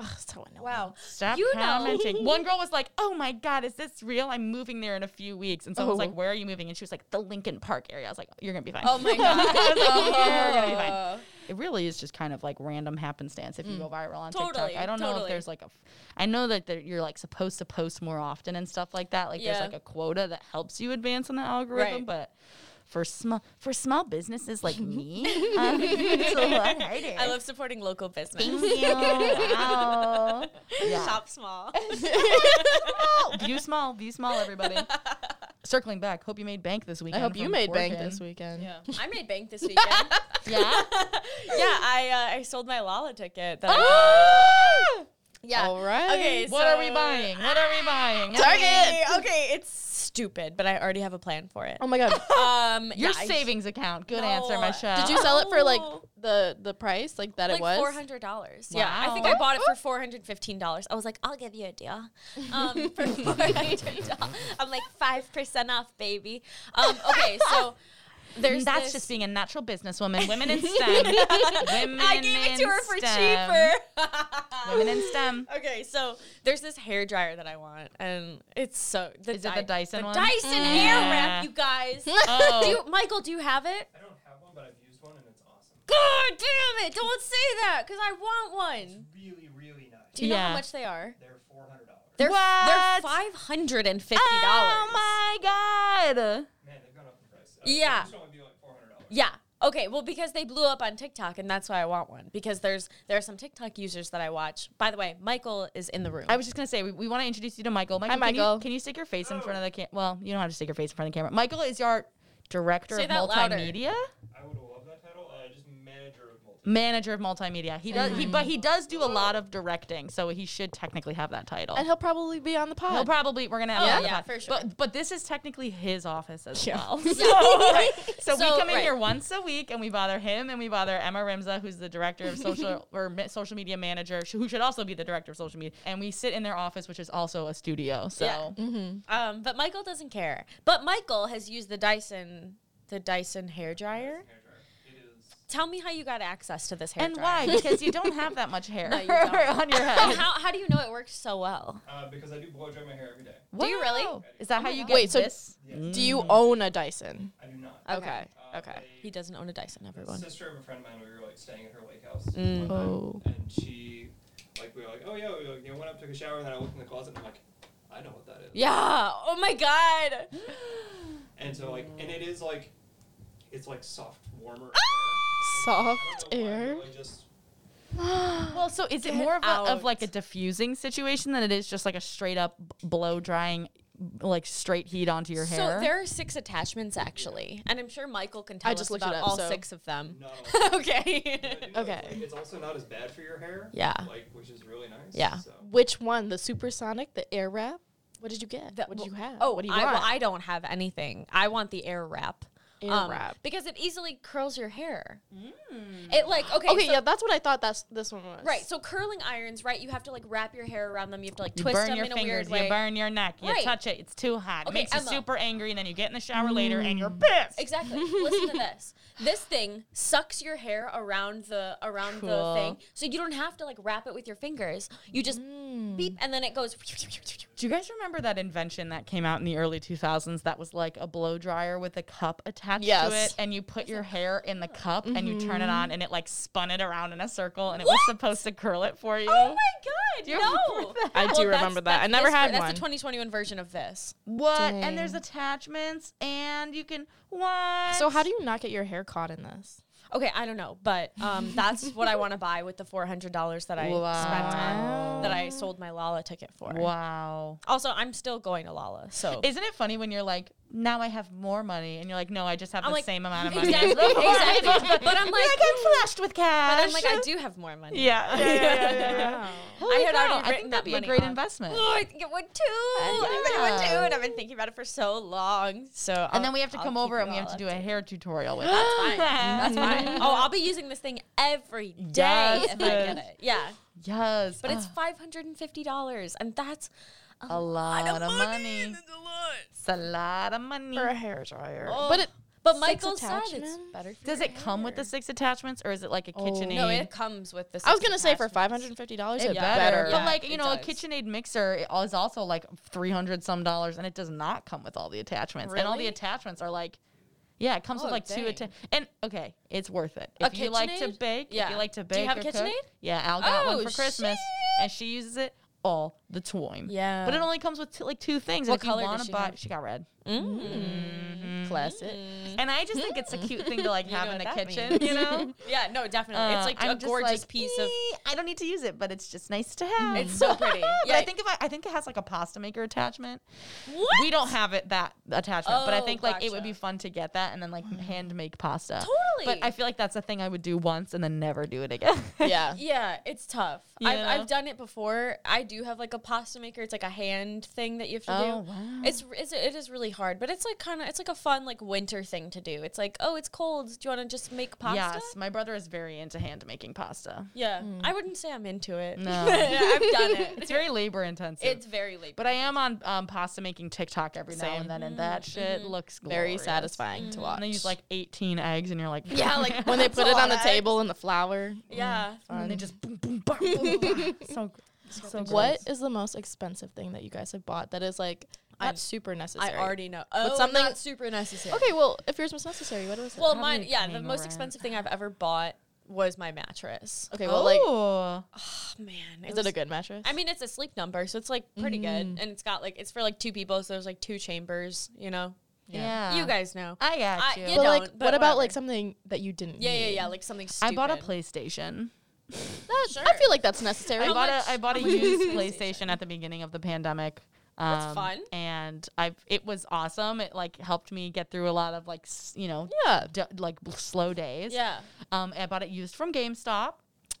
Speaker 4: Ugh, so annoying.
Speaker 2: Wow.
Speaker 3: Stop
Speaker 2: You know.
Speaker 3: commenting. One girl was like, "Oh my god, is this real? I'm moving there in a few weeks." And someone was
Speaker 4: Oh.
Speaker 3: like, "Where are you moving?" And she was like, "The Lincoln Park area." I was like, "You're gonna be fine."
Speaker 2: Oh my god.
Speaker 3: You're gonna be fine.
Speaker 2: Oh.
Speaker 3: It really is just kind of like random happenstance if you go viral on
Speaker 2: Totally,
Speaker 3: TikTok. I don't know
Speaker 2: totally.
Speaker 3: if there's like a. f- I know that there, you're like supposed to post more often and stuff like that. Like
Speaker 2: Yeah.
Speaker 3: there's like a quota that helps you advance in the algorithm,
Speaker 2: Right.
Speaker 3: but. For small for small businesses like me, um, it's a lot harder.
Speaker 2: I love supporting local business.
Speaker 3: Thank you. Wow. Yeah.
Speaker 2: Shop small.
Speaker 3: small. View small. View small, everybody. Circling back. Hope you made bank this
Speaker 4: I
Speaker 3: weekend.
Speaker 4: hope you
Speaker 3: from
Speaker 4: made bank
Speaker 3: Forkin.
Speaker 4: this weekend.
Speaker 2: Yeah. I made bank this weekend.
Speaker 3: Yeah.
Speaker 2: yeah, I uh, I sold my Lala ticket. That I-
Speaker 3: Ah!
Speaker 2: yeah.
Speaker 4: All right.
Speaker 2: Okay.
Speaker 3: What are we
Speaker 2: so-
Speaker 3: buying? What are we buying?
Speaker 2: Okay, okay, it's stupid, but I already have a plan for it.
Speaker 4: Oh my god.
Speaker 2: Um,
Speaker 3: Your
Speaker 2: yeah, I-
Speaker 3: savings account. Good
Speaker 2: No.
Speaker 3: answer, Michelle.
Speaker 4: Did you sell it for like
Speaker 2: Oh.
Speaker 4: the the price like that
Speaker 2: like
Speaker 4: it was?
Speaker 2: four hundred dollars. Yeah, I think
Speaker 3: Wow.
Speaker 2: I bought it for four hundred fifteen dollars. I was like, I'll give you a deal. Um, for four hundred dollars, I'm like five percent off, baby. Um, okay, so there's
Speaker 3: That's
Speaker 2: this-
Speaker 3: just being a natural businesswoman. Women in STEM. Women
Speaker 2: I gave it to
Speaker 3: in
Speaker 2: her for
Speaker 3: STEM.
Speaker 2: cheaper.
Speaker 3: Women in STEM.
Speaker 2: Okay, so there's this hair dryer that I want, and it's so the
Speaker 3: Is it the Dyson
Speaker 2: the
Speaker 3: one?
Speaker 2: Dyson
Speaker 3: Mm.
Speaker 2: Air Wrap, you guys.
Speaker 3: Oh.
Speaker 2: Do you, Michael, do you have it?
Speaker 7: I don't have one, but I've used one and it's awesome.
Speaker 2: God damn it! Don't say that, cause I want one.
Speaker 7: Really, really nice.
Speaker 2: Do you know how
Speaker 3: Yeah.
Speaker 2: much they are?
Speaker 7: They're four hundred dollars.
Speaker 2: They're they're
Speaker 3: What? Um,
Speaker 2: five hundred and fifty dollars.
Speaker 3: Oh my god.
Speaker 7: Man, they've gone up in price.
Speaker 2: Yeah.
Speaker 7: This one would be like four hundred dollars.
Speaker 2: Yeah. Okay. Well, because they blew up on TikTok, and that's why I want one. Because there's there are some TikTok users that I watch. By the way, Michael is in the room.
Speaker 3: I was just gonna say we, we want to introduce you to Michael. Michael, can you- Can
Speaker 4: Michael.
Speaker 3: you, stick your face in front of the camera? Well, you don't have to stick your face in front of the camera. Michael is our director
Speaker 2: Say
Speaker 3: of
Speaker 2: that louder.
Speaker 3: multimedia,
Speaker 7: I would love that title. Uh, just manager of multi.
Speaker 3: manager of multimedia. He does, he, but he does do a lot of directing, so he should technically have that title.
Speaker 4: And he'll probably be on the pod.
Speaker 3: He'll probably we're gonna have him on the
Speaker 2: Oh, yeah,
Speaker 3: pod.
Speaker 2: for sure.
Speaker 3: But but this is technically his office as
Speaker 4: Yeah.
Speaker 3: well. So, so we
Speaker 2: So,
Speaker 3: come in
Speaker 2: right.
Speaker 3: here once a week and we bother him and we bother Emma Rimza, who's the director of social or mi- social media manager, sh- who should also be the director of social media. And we sit in their office, which is also a studio. So
Speaker 2: Yeah. Um, but Michael doesn't care. But Michael has used the Dyson the Dyson hair dryer.
Speaker 7: It is.
Speaker 2: Tell me how you got access to this hair
Speaker 3: And
Speaker 2: dryer.
Speaker 3: why? Because you don't have that much hair
Speaker 2: you don't.
Speaker 3: on your head.
Speaker 2: How, how do you know it works so well?
Speaker 7: Uh, because I do blow dry my hair every day.
Speaker 2: Do you really? Oh
Speaker 3: Wow. Is that how you get
Speaker 4: Wait, so-
Speaker 3: this?
Speaker 7: Yes.
Speaker 4: Do you own a Dyson?
Speaker 7: I do not.
Speaker 2: Okay.
Speaker 7: Uh, Uh,
Speaker 4: Okay.
Speaker 7: a
Speaker 2: He doesn't own a Dyson, everyone.
Speaker 7: Sister of a friend of mine, we were like staying at her lake house.
Speaker 2: Mm.
Speaker 7: one time,
Speaker 4: Oh.
Speaker 7: And she, like, we were like, oh yeah, we like, you know, went up, took a shower, and then I looked in the closet, and I'm like, I know what that is.
Speaker 2: Yeah. Oh my God.
Speaker 7: And so like, and it is like, it's like soft, warmer.
Speaker 2: Ah!
Speaker 4: Soft
Speaker 7: air. I don't know why,
Speaker 4: air.
Speaker 7: but, like, just
Speaker 3: Mm. Well, so is it
Speaker 2: Get
Speaker 3: more of, a, of like a
Speaker 2: out.
Speaker 3: diffusing situation than it is just like a straight up b- blow drying, b- like straight heat onto your hair?
Speaker 2: So there are six attachments actually, and I'm sure Michael can tell
Speaker 4: I just
Speaker 2: us
Speaker 4: looked it
Speaker 2: about
Speaker 4: up,
Speaker 2: all
Speaker 4: so-
Speaker 2: six of them.
Speaker 7: no.
Speaker 2: okay.
Speaker 7: But, you know, it's,
Speaker 4: Okay.
Speaker 7: like, it's also not as bad for your hair.
Speaker 2: Yeah.
Speaker 7: Like, which is really nice.
Speaker 2: Yeah.
Speaker 7: So.
Speaker 4: Which one? The supersonic, the air wrap? What did you get?
Speaker 2: The-
Speaker 4: what did you
Speaker 2: well,
Speaker 4: have?
Speaker 2: Oh,
Speaker 4: what do you
Speaker 2: I,
Speaker 4: want?
Speaker 2: Well, I don't have anything. I want the air wrap. Um,
Speaker 4: Air wrap.
Speaker 2: because it easily curls your hair. It like okay,
Speaker 4: okay,
Speaker 2: so-
Speaker 4: yeah, that's what I thought. That's this one was
Speaker 2: right. So curling irons, right? You have to like wrap your hair around them. You have to like
Speaker 3: you
Speaker 2: twist
Speaker 3: burn
Speaker 2: them
Speaker 3: your
Speaker 2: in
Speaker 3: fingers,
Speaker 2: a weird way.
Speaker 3: you burn your neck, you
Speaker 2: Right.
Speaker 3: touch it, it's too hot.
Speaker 2: Okay,
Speaker 3: Makes
Speaker 2: Emma.
Speaker 3: you super angry, and then you get in the shower later and you're pissed.
Speaker 2: Exactly. Listen to this. This thing sucks your hair around the around the
Speaker 4: Cool.
Speaker 2: thing, so you don't have to like wrap it with your fingers. You just
Speaker 4: Mm.
Speaker 2: beep, and then it goes.
Speaker 3: Do you guys remember that invention that came out in the early 2000s that was like a blow dryer with a cup attached
Speaker 4: Yes.
Speaker 3: to it and you put your hair in the cup and you turn it on and it like spun it around in a circle and it was supposed to curl it for you?
Speaker 2: Oh my god!
Speaker 3: Do you
Speaker 2: no,
Speaker 3: remember that?
Speaker 4: I do
Speaker 2: that's-
Speaker 4: remember that. I
Speaker 2: that's
Speaker 4: never
Speaker 2: this
Speaker 4: had
Speaker 2: ver- that's
Speaker 4: one.
Speaker 2: the 2021 version of this.
Speaker 3: What?
Speaker 4: Dang.
Speaker 3: And there's attachments and you can what?
Speaker 4: So how do you not get your hair caught in this?
Speaker 2: Okay, I don't know, but um, that's what I want to buy with the four hundred dollars that I spent on that I sold my Lala ticket for.
Speaker 3: Wow.
Speaker 2: Also, I'm still going to Lala, so
Speaker 3: Isn't it funny when you're like, now I have more money, and you're like, no, I just have
Speaker 2: I'm
Speaker 3: the
Speaker 2: like,
Speaker 3: same amount of money.
Speaker 2: exactly,
Speaker 3: as before."
Speaker 2: exactly. But I'm
Speaker 3: You're
Speaker 2: like,
Speaker 3: like, I'm flushed with cash.
Speaker 2: but I'm like, I do have more money.
Speaker 3: Yeah. Yeah. Yeah. yeah, yeah, yeah. Holy
Speaker 2: had
Speaker 3: cow,
Speaker 2: already
Speaker 3: I
Speaker 2: written
Speaker 3: think that'd
Speaker 2: that
Speaker 3: be a
Speaker 2: money
Speaker 3: great
Speaker 2: off.
Speaker 3: investment.
Speaker 2: Oh, I think it would too. I think it would too, and I've been thinking about it for so long. So,
Speaker 3: And then we have to come over and we have to do a hair tutorial with it.
Speaker 2: That's fine. Oh, I'll be using this thing every day
Speaker 3: Yes,
Speaker 2: if I get
Speaker 3: bitch.
Speaker 2: it. Yeah,
Speaker 3: Yes.
Speaker 2: but it's
Speaker 3: Ugh,
Speaker 2: five hundred and fifty dollars, and that's
Speaker 3: a lot of money.
Speaker 2: That's a lot.
Speaker 3: It's a lot of money.
Speaker 4: hair dryer.
Speaker 2: but
Speaker 4: But
Speaker 2: it,
Speaker 4: it-
Speaker 2: but
Speaker 4: Six
Speaker 2: Oh, Michael said it's
Speaker 4: attachments?
Speaker 2: better. For
Speaker 3: Does
Speaker 2: your
Speaker 3: it come with the
Speaker 2: hair. Oh.
Speaker 3: six attachments or is it like a KitchenAid?
Speaker 2: No, it comes with the.
Speaker 4: I was
Speaker 2: six
Speaker 4: gonna say for five
Speaker 2: attachments.
Speaker 4: hundred and fifty dollars,
Speaker 3: It
Speaker 4: it
Speaker 3: better.
Speaker 4: better.
Speaker 3: But
Speaker 2: Yeah,
Speaker 3: like, you
Speaker 2: it
Speaker 3: know,
Speaker 2: does.
Speaker 3: a KitchenAid mixer it al- is also like 300 some dollars and it does not come with all the attachments. And all the
Speaker 2: Really?
Speaker 3: attachments are like yeah, it comes
Speaker 2: Oh,
Speaker 3: with like two
Speaker 2: dang.
Speaker 3: atta- and okay, it's worth it.
Speaker 2: A
Speaker 3: If you like to
Speaker 2: KitchenAid?
Speaker 3: bake, if
Speaker 2: Yeah.
Speaker 3: you like to
Speaker 2: Do
Speaker 3: bake
Speaker 2: you have
Speaker 3: or
Speaker 2: a
Speaker 3: cook-
Speaker 2: KitchenAid?
Speaker 3: yeah, Al got one
Speaker 2: Oh,
Speaker 3: for Christmas and she uses it all the time.
Speaker 2: Yeah.
Speaker 3: But it only comes with two, like two things. and
Speaker 2: What
Speaker 3: if you
Speaker 2: color does
Speaker 3: wanna
Speaker 2: she
Speaker 3: buy
Speaker 2: have?
Speaker 3: she got red.
Speaker 2: mm,
Speaker 4: Classic.
Speaker 3: And I just think it's a cute thing to like have
Speaker 2: know
Speaker 3: in the
Speaker 2: what that
Speaker 3: kitchen, you know?
Speaker 2: Yeah, no, definitely.
Speaker 3: Uh,
Speaker 2: it's like
Speaker 3: I'm
Speaker 2: a
Speaker 3: just
Speaker 2: gorgeous
Speaker 3: like,
Speaker 2: piece of.
Speaker 3: "Eh, I don't need to use it, but it's just nice to have.
Speaker 2: It's so pretty.
Speaker 3: But
Speaker 2: Yeah.
Speaker 3: I think if I, I think it has like a pasta maker attachment.
Speaker 2: What?
Speaker 3: We don't have it that attachment, but I
Speaker 2: Oh,
Speaker 3: think like it would be
Speaker 2: gotcha.
Speaker 3: fun to get that and then like hand make pasta.
Speaker 2: Totally.
Speaker 3: But I feel like that's a thing I would do once and then never do it again.
Speaker 4: Yeah.
Speaker 2: Yeah, it's tough.
Speaker 3: You
Speaker 2: I've,
Speaker 3: know?
Speaker 2: I've done it before. I do have like a pasta maker. It's like a hand thing that you have to
Speaker 3: Oh,
Speaker 2: do.
Speaker 3: wow.
Speaker 2: It's, it's it is really hard, but it's like kind of it's like a fun like winter thing to do. It's like oh, it's cold. Do you want to just make pasta?
Speaker 3: Yes, my brother is very into hand making pasta.
Speaker 2: Yeah, I wouldn't say I'm into it.
Speaker 3: No.
Speaker 2: I've done it.
Speaker 3: It's very labor intensive.
Speaker 2: It's very late.
Speaker 3: but I am on um, pasta making TikTok every now
Speaker 4: Same.
Speaker 3: and then, and that shit looks
Speaker 4: Very
Speaker 3: glorious.
Speaker 4: satisfying
Speaker 2: Mm.
Speaker 4: to watch.
Speaker 3: And they use like 18 eggs, and you're like,
Speaker 4: yeah, like when they put it on the table and the flour.
Speaker 2: yeah.
Speaker 3: and they just boom, boom, bah, boom, bah. so so
Speaker 4: What is the most expensive thing that you guys have bought that is like not super
Speaker 2: I
Speaker 4: necessary?
Speaker 2: already know. Oh,
Speaker 4: something-
Speaker 2: not super necessary.
Speaker 4: Okay, well, if yours was necessary, what was it?
Speaker 2: Well,
Speaker 3: Probably
Speaker 2: mine. Yeah, the
Speaker 3: came
Speaker 2: most
Speaker 3: around.
Speaker 2: expensive thing I've ever bought was my mattress.
Speaker 4: okay, well,
Speaker 3: Oh,
Speaker 4: like,
Speaker 2: Oh man,
Speaker 4: is
Speaker 2: was-
Speaker 4: it a good mattress?
Speaker 2: I mean, it's a sleep number, so it's like pretty good, and it's got like it's for like two people, so there's like two chambers. You know,
Speaker 3: yeah.
Speaker 2: you guys know.
Speaker 3: I got
Speaker 2: I-
Speaker 3: you.
Speaker 2: you
Speaker 4: but like,
Speaker 2: don't,
Speaker 4: what
Speaker 2: but
Speaker 4: about
Speaker 2: whatever.
Speaker 4: like something that you didn't?
Speaker 2: yeah, yeah,
Speaker 4: need?
Speaker 2: yeah. Like something stupid.
Speaker 3: I bought a PlayStation.
Speaker 4: That, I
Speaker 2: Sure.
Speaker 4: feel like that's necessary.
Speaker 3: I
Speaker 2: How
Speaker 3: bought
Speaker 2: much-
Speaker 3: a I bought a
Speaker 2: how much is
Speaker 3: used
Speaker 2: the
Speaker 3: PlayStation at the beginning of the pandemic.
Speaker 2: That's
Speaker 3: Um,
Speaker 2: fun.
Speaker 3: And I it was awesome. It like helped me get through a lot of like s- you know
Speaker 4: yeah,
Speaker 3: d- like bl- slow days.
Speaker 2: Yeah.
Speaker 3: Um, I bought it used from GameStop.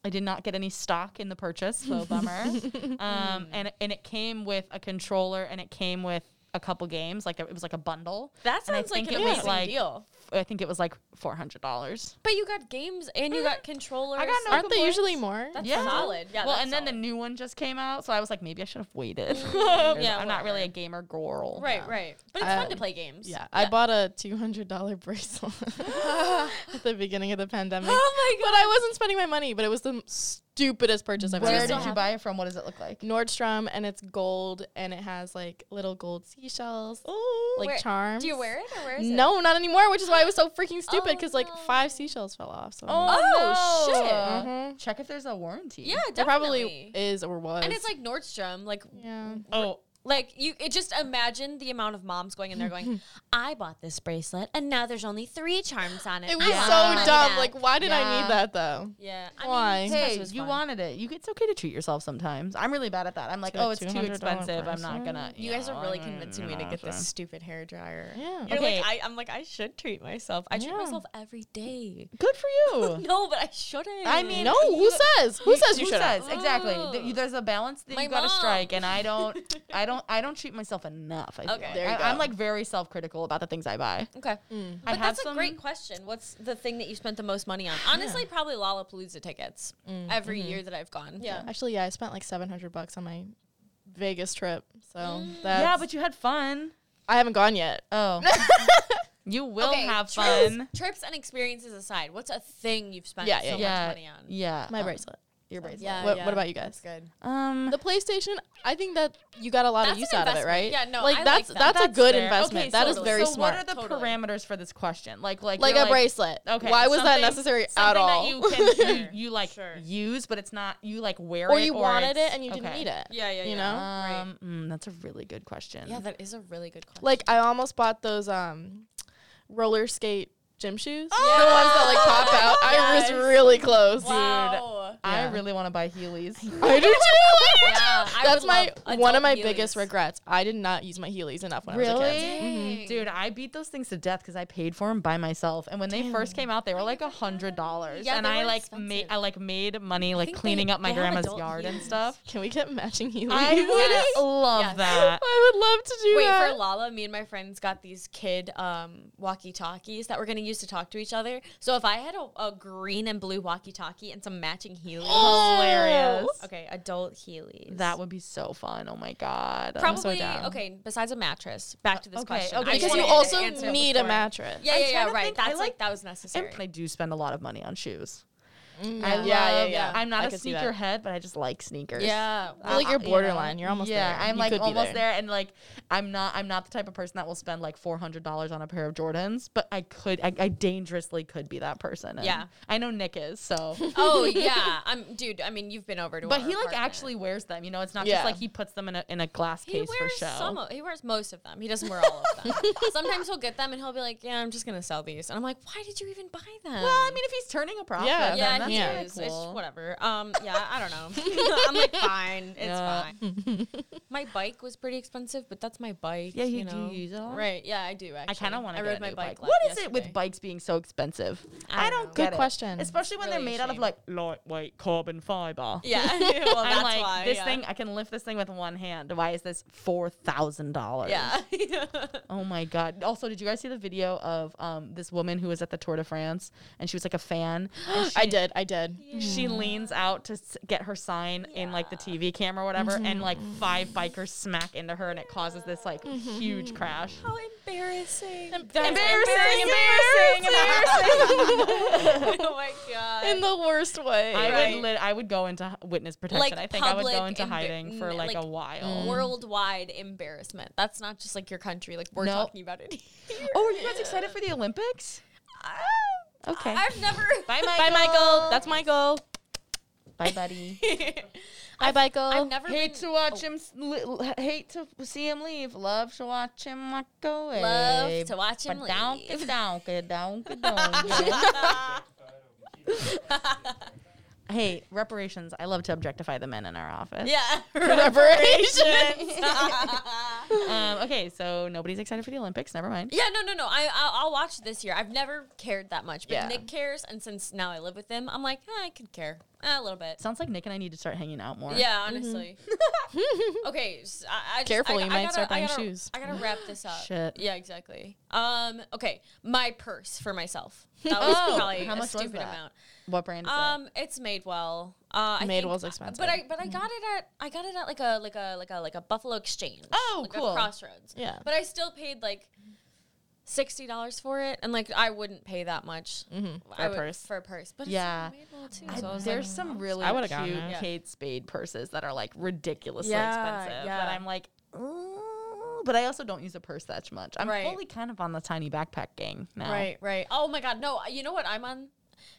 Speaker 3: I did not get any stock in the purchase, so bummer.
Speaker 2: Hmm.
Speaker 3: um, and and it came with a controller and it came with a couple games. Like it was like a bundle.
Speaker 2: That
Speaker 3: And I
Speaker 2: sounds like
Speaker 3: think
Speaker 2: an
Speaker 3: it was,
Speaker 2: amazing
Speaker 3: like,
Speaker 2: deal.
Speaker 3: I think it was like four hundred dollars.
Speaker 2: But you got games and you got controllers.
Speaker 3: I got no
Speaker 4: aren't they
Speaker 3: complaints.
Speaker 4: usually more?
Speaker 2: That's
Speaker 3: Yeah.
Speaker 2: solid. Yeah.
Speaker 3: well,
Speaker 2: that's
Speaker 3: and then
Speaker 2: solid.
Speaker 3: the new one just came out, so I was like, maybe I should have waited.
Speaker 2: Yeah,
Speaker 3: yeah, I'm not really
Speaker 2: whatever.
Speaker 3: a gamer girl.
Speaker 2: Right,
Speaker 3: Yeah.
Speaker 2: right. But it's fun to
Speaker 4: Um,
Speaker 2: play games.
Speaker 4: yeah, I bought a two hundred dollar bracelet at the beginning of the pandemic.
Speaker 2: Oh my
Speaker 4: But I wasn't spending my money. But it was the m- stupidest purchase I've
Speaker 3: Where
Speaker 4: ever
Speaker 3: did
Speaker 4: done.
Speaker 3: you buy it from? What does it look like?
Speaker 4: Nordstrom, and it's gold, and it has like little gold seashells, like
Speaker 2: Where-
Speaker 4: charms.
Speaker 2: Do you wear it or where is it?
Speaker 4: No, not anymore. Which is why it was so freaking stupid
Speaker 2: Oh,
Speaker 4: because like
Speaker 2: no.
Speaker 4: five seashells fell off. So
Speaker 2: Oh,
Speaker 3: no.
Speaker 2: shit.
Speaker 4: Mhm.
Speaker 3: Check if there's a warranty.
Speaker 2: Yeah,
Speaker 4: There
Speaker 2: definitely.
Speaker 4: probably is or was.
Speaker 2: and it's like Nordstrom, like
Speaker 4: yeah.
Speaker 3: Oh,
Speaker 2: Like you, it just imagine the amount of moms going in there going, "I bought this bracelet, and now there's only three charms on it."
Speaker 4: It was
Speaker 2: I want
Speaker 4: so
Speaker 2: my
Speaker 4: dumb.
Speaker 2: back."
Speaker 4: Like, why did I
Speaker 3: Yeah.
Speaker 4: need that though?
Speaker 2: yeah, I
Speaker 4: why?
Speaker 2: Mean,
Speaker 3: hey,
Speaker 2: hey,
Speaker 3: you
Speaker 2: was fun.
Speaker 3: wanted it. You, it's okay to treat yourself sometimes. I'm really bad at that. I'm like,
Speaker 4: To a
Speaker 3: oh, it's too
Speaker 4: $200
Speaker 3: expensive. I'm not
Speaker 4: bracelet?
Speaker 3: gonna.
Speaker 2: You guys are
Speaker 3: know,
Speaker 2: really
Speaker 3: I'm gonna-
Speaker 2: convincing me to
Speaker 3: I'm
Speaker 2: get
Speaker 3: sorry.
Speaker 2: this stupid hair dryer.
Speaker 4: Yeah.
Speaker 2: You're
Speaker 3: Okay.
Speaker 2: like, I, I'm like, I should treat myself. I treat myself every day.
Speaker 3: Good for you.
Speaker 2: No, but I shouldn't.
Speaker 3: I mean,
Speaker 4: No, who says? Who says you
Speaker 3: Who
Speaker 4: should?
Speaker 3: says?
Speaker 4: have?
Speaker 3: Exactly. Th- you- There's a balance that
Speaker 2: Oh. My
Speaker 3: you got to
Speaker 2: mom.
Speaker 3: strike, and I don't, I don't, I don't treat myself enough. I feel
Speaker 2: Okay.
Speaker 3: like.
Speaker 2: There you
Speaker 3: I, I'm
Speaker 4: go.
Speaker 3: like very self-critical about the things I buy.
Speaker 2: okay,
Speaker 3: Mm. I
Speaker 2: but
Speaker 3: have
Speaker 2: that's a
Speaker 3: some-
Speaker 2: great question. What's the thing that you spent the most money on? Honestly, probably Lollapalooza tickets.
Speaker 3: Mm.
Speaker 2: Every year that I've gone.
Speaker 4: Yeah. Actually, yeah, I spent like seven hundred bucks on my Vegas trip. So that's,
Speaker 3: Yeah, but you had fun.
Speaker 4: I haven't gone yet.
Speaker 3: Oh, you will
Speaker 2: Okay,
Speaker 3: have
Speaker 2: trips-
Speaker 3: fun.
Speaker 2: Trips and experiences aside, what's a thing you've spent
Speaker 4: Yeah,
Speaker 2: so
Speaker 4: yeah,
Speaker 2: much
Speaker 3: yeah,
Speaker 2: money on?
Speaker 3: yeah.
Speaker 4: My
Speaker 3: um,
Speaker 4: bracelet.
Speaker 3: Your bracelet.
Speaker 2: Yeah,
Speaker 4: what,
Speaker 2: yeah.
Speaker 4: what about you
Speaker 2: That's
Speaker 4: guys?
Speaker 2: good.
Speaker 3: Um,
Speaker 4: The PlayStation, I think that you got a lot
Speaker 2: That's
Speaker 4: of use
Speaker 2: an
Speaker 4: out of it,
Speaker 2: investment.
Speaker 4: right?
Speaker 2: Yeah, no,
Speaker 4: like
Speaker 2: I like
Speaker 4: that's
Speaker 2: that.
Speaker 4: that's, a
Speaker 2: That's
Speaker 4: good
Speaker 2: fair.
Speaker 4: investment.
Speaker 2: Okay,
Speaker 4: That is
Speaker 2: totally.
Speaker 4: very
Speaker 3: so
Speaker 4: smart.
Speaker 3: what are the
Speaker 2: Totally.
Speaker 3: parameters for this question? Like, like,
Speaker 4: like
Speaker 3: you're
Speaker 4: a bracelet.
Speaker 3: Okay.
Speaker 4: Why was
Speaker 3: something-
Speaker 4: that necessary
Speaker 3: something
Speaker 4: at all?
Speaker 3: That you can you,
Speaker 2: Sure.
Speaker 3: you like
Speaker 2: Sure.
Speaker 3: use, but it's not you like wear
Speaker 4: or
Speaker 3: it
Speaker 4: you
Speaker 3: or
Speaker 4: wanted
Speaker 3: it's-
Speaker 4: it and you didn't
Speaker 3: okay.
Speaker 4: need it.
Speaker 2: Yeah, yeah,
Speaker 4: You
Speaker 2: yeah.
Speaker 4: know?
Speaker 2: Right.
Speaker 3: Um, mm, that's a really good question.
Speaker 2: Yeah, that is a really good question.
Speaker 4: Like I almost bought those um roller skate gym shoes. The ones that like pop out. I was really close.
Speaker 2: wow.
Speaker 3: I
Speaker 4: Yeah.
Speaker 3: really want to buy Heelys.
Speaker 4: I do too. I do too.
Speaker 2: Yeah, I
Speaker 4: That's
Speaker 2: would
Speaker 4: my
Speaker 2: love
Speaker 4: one
Speaker 2: adult
Speaker 4: of my
Speaker 2: Heelys.
Speaker 4: biggest regrets. I did not use my Heelys enough when I was a kid.
Speaker 2: Dang.
Speaker 3: Dude, I beat those things to death because I paid for them by myself. And when they first came out, they were like a hundred dollars.
Speaker 2: Yeah,
Speaker 3: and
Speaker 2: they
Speaker 3: I
Speaker 2: were
Speaker 3: like made
Speaker 2: expensive.
Speaker 3: I like made money like
Speaker 2: think they-
Speaker 3: cleaning up my
Speaker 2: they have
Speaker 3: grandma's
Speaker 2: adult
Speaker 3: yard and
Speaker 2: Heelys.
Speaker 3: stuff.
Speaker 4: Can we get matching Heelys?
Speaker 3: I would love
Speaker 2: Yes.
Speaker 3: that.
Speaker 4: I would love to do
Speaker 2: Wait
Speaker 4: that.
Speaker 2: for Lala. Me and my friends got these kid um, walkie talkies that we're gonna use to talk to each other. So if I had a, a green and blue walkie talkie and some matching Heelys,
Speaker 3: Hilarious.
Speaker 2: Okay, adult Heelys.
Speaker 3: That would be so fun. Oh my god. I'm so
Speaker 2: probably
Speaker 3: down.
Speaker 2: okay. Besides a mattress, back to this
Speaker 3: Okay,
Speaker 2: question.
Speaker 3: okay,
Speaker 2: I
Speaker 4: because
Speaker 2: just
Speaker 4: you
Speaker 2: wanted to
Speaker 4: also
Speaker 2: answer it
Speaker 4: need a
Speaker 2: before.
Speaker 4: mattress.
Speaker 2: Yeah,
Speaker 3: I'm
Speaker 2: yeah,
Speaker 3: trying
Speaker 2: yeah.
Speaker 3: to
Speaker 2: Right.
Speaker 3: think. I
Speaker 2: That's like
Speaker 3: like-
Speaker 2: that was
Speaker 3: And
Speaker 2: necessary.
Speaker 3: I do spend a lot of money on shoes.
Speaker 4: Mm,
Speaker 3: I
Speaker 4: yeah.
Speaker 3: love,
Speaker 4: yeah, yeah, yeah.
Speaker 3: I'm not
Speaker 4: I
Speaker 3: a
Speaker 4: could see that.
Speaker 3: sneakerhead, but I just like sneakers.
Speaker 2: yeah.
Speaker 4: I feel like you're
Speaker 3: you know.
Speaker 4: borderline. You're almost
Speaker 3: yeah,
Speaker 4: there.
Speaker 3: I'm
Speaker 4: You
Speaker 3: like
Speaker 4: could be
Speaker 3: almost there. and like I'm not I'm not the type of person that will spend like four hundred dollars on a pair of Jordans, but I could I, I dangerously could be that person. and
Speaker 2: Yeah.
Speaker 3: I know Nick is so,
Speaker 2: oh yeah. I'm dude. I mean, you've been over to.
Speaker 3: but
Speaker 2: our
Speaker 3: he like
Speaker 2: apartment.
Speaker 3: actually wears them. You know, it's not
Speaker 4: Yeah.
Speaker 3: just like he puts them in a in a glass
Speaker 2: He
Speaker 3: case
Speaker 2: wears
Speaker 3: for show.
Speaker 2: some. Of, he wears most of them. He doesn't wear all of them. Sometimes he'll get them and he'll be like, "Yeah, I'm just gonna sell these." And I'm like, "Why did you even buy them?"
Speaker 3: well, I mean, if he's turning a profit, yeah,
Speaker 4: Yeah.
Speaker 2: yeah,
Speaker 3: that's
Speaker 2: he
Speaker 3: yeah.
Speaker 2: is. It's whatever. Um, yeah, I don't know. I'm like, fine, it's
Speaker 3: Yeah.
Speaker 2: fine. my bike was pretty expensive, but that's my bike.
Speaker 3: Yeah, you- do you
Speaker 2: know?
Speaker 3: use it a lot?
Speaker 2: Right? Yeah, I do.
Speaker 3: I
Speaker 2: Actually,
Speaker 3: kind of want
Speaker 2: I
Speaker 3: to
Speaker 2: rode
Speaker 3: get a
Speaker 2: my
Speaker 3: new
Speaker 2: bike.
Speaker 3: What is it with bikes being so expensive?
Speaker 2: I
Speaker 3: I
Speaker 2: don't
Speaker 3: don't,
Speaker 2: know.
Speaker 3: get
Speaker 4: Good
Speaker 3: it.
Speaker 4: question.
Speaker 3: especially when
Speaker 2: Really
Speaker 3: they're
Speaker 2: a
Speaker 3: made out of
Speaker 2: shame.
Speaker 3: like lightweight carbon fiber.
Speaker 2: Yeah, well, that's
Speaker 3: I'm like
Speaker 2: why,
Speaker 3: this
Speaker 2: yeah.
Speaker 3: thing. I can lift this thing with one hand. Why is this four thousand dollars?
Speaker 2: Yeah.
Speaker 3: Oh my god. Also, did you guys see the video of um this woman who was at the Tour de France and she was like a fan? and
Speaker 4: I
Speaker 3: she-
Speaker 4: did. I did.
Speaker 3: She leans out to s- get her sign in like the TV camera or whatever, and like five bikers smack into her, and it causes this like
Speaker 2: Mm-hmm.
Speaker 3: huge crash.
Speaker 2: How embarrassing!
Speaker 3: embarrassing,
Speaker 2: oh my god.
Speaker 4: In the worst way.
Speaker 3: I
Speaker 2: Right.
Speaker 3: would lit I would go into h- witness protection. I think I would go
Speaker 2: public
Speaker 3: into
Speaker 2: embar-
Speaker 3: hiding for
Speaker 2: n-
Speaker 3: like,
Speaker 2: like,
Speaker 3: a while.
Speaker 2: worldwide embarrassment. That's not just like your country. Like we're
Speaker 3: No.
Speaker 2: talking about it. Here. Ah,
Speaker 3: Oh, are you guys excited for the Olympics? Okay.
Speaker 2: I've never.
Speaker 3: Bye, Michael.
Speaker 4: Bye, Michael. That's Michael.
Speaker 3: Bye, buddy.
Speaker 4: Bye, Michael.
Speaker 2: I've never
Speaker 3: hate
Speaker 2: been,
Speaker 3: to watch him. s- li- li- Hate to see him leave. Love to watch him walk away.
Speaker 2: Love to watch him
Speaker 3: Ba-donk-a,
Speaker 2: leave.
Speaker 3: donk-a, donk-a, donk-a. hey, reparations. I love to objectify the men in our office.
Speaker 2: Yeah.
Speaker 4: Reparations.
Speaker 3: Um, okay, so nobody's excited for the Olympics. Never mind.
Speaker 2: Yeah, no, no, no. I, I'll, I'll watch this year. I've never cared that much, but
Speaker 4: Yeah.
Speaker 2: Nick cares, and since now I live with him, I'm like, eh, I could care eh, a little bit.
Speaker 3: Sounds like Nick and I need to start hanging out more.
Speaker 2: Yeah, honestly. okay, s- I- I just-
Speaker 4: Careful,
Speaker 2: I-
Speaker 4: you
Speaker 2: I
Speaker 4: might
Speaker 2: gotta-
Speaker 4: start
Speaker 2: I
Speaker 4: buying
Speaker 2: gotta-
Speaker 4: shoes.
Speaker 2: I gotta wrap this up.
Speaker 3: Shit.
Speaker 2: Yeah, exactly. Um. Okay, my purse for myself. That was
Speaker 3: Oh,
Speaker 2: probably
Speaker 3: how
Speaker 2: a
Speaker 3: much was
Speaker 2: stupid
Speaker 3: that?
Speaker 2: amount.
Speaker 3: What brand is that?
Speaker 2: Um, it's Madewell. Uh, I think-
Speaker 4: Madewell's expensive.
Speaker 2: but I but I got it at I got it at like a like a like a like a Buffalo Exchange.
Speaker 3: Oh,
Speaker 2: like
Speaker 3: cool.
Speaker 2: A crossroads.
Speaker 4: Yeah.
Speaker 2: but I still paid like sixty dollars for it, and like I wouldn't pay that much
Speaker 4: Mhm.
Speaker 2: I
Speaker 3: a
Speaker 2: would-
Speaker 3: purse.
Speaker 4: Mm-hmm.
Speaker 2: for a purse. But
Speaker 3: Yeah.
Speaker 2: it's like Madewell
Speaker 1: little too. So I was
Speaker 3: There's
Speaker 1: like,
Speaker 3: some really
Speaker 1: I would've
Speaker 3: cute
Speaker 1: gotten it.
Speaker 3: Kate Spade purses that are like ridiculously
Speaker 4: Yeah,
Speaker 3: expensive.
Speaker 4: yeah.
Speaker 3: That I'm like, "Ooh," but I also don't use a purse that much. I'm
Speaker 2: Right.
Speaker 3: fully kind of on the tiny backpack gang now.
Speaker 4: Right, right.
Speaker 2: Oh my god, no! You know what? I'm on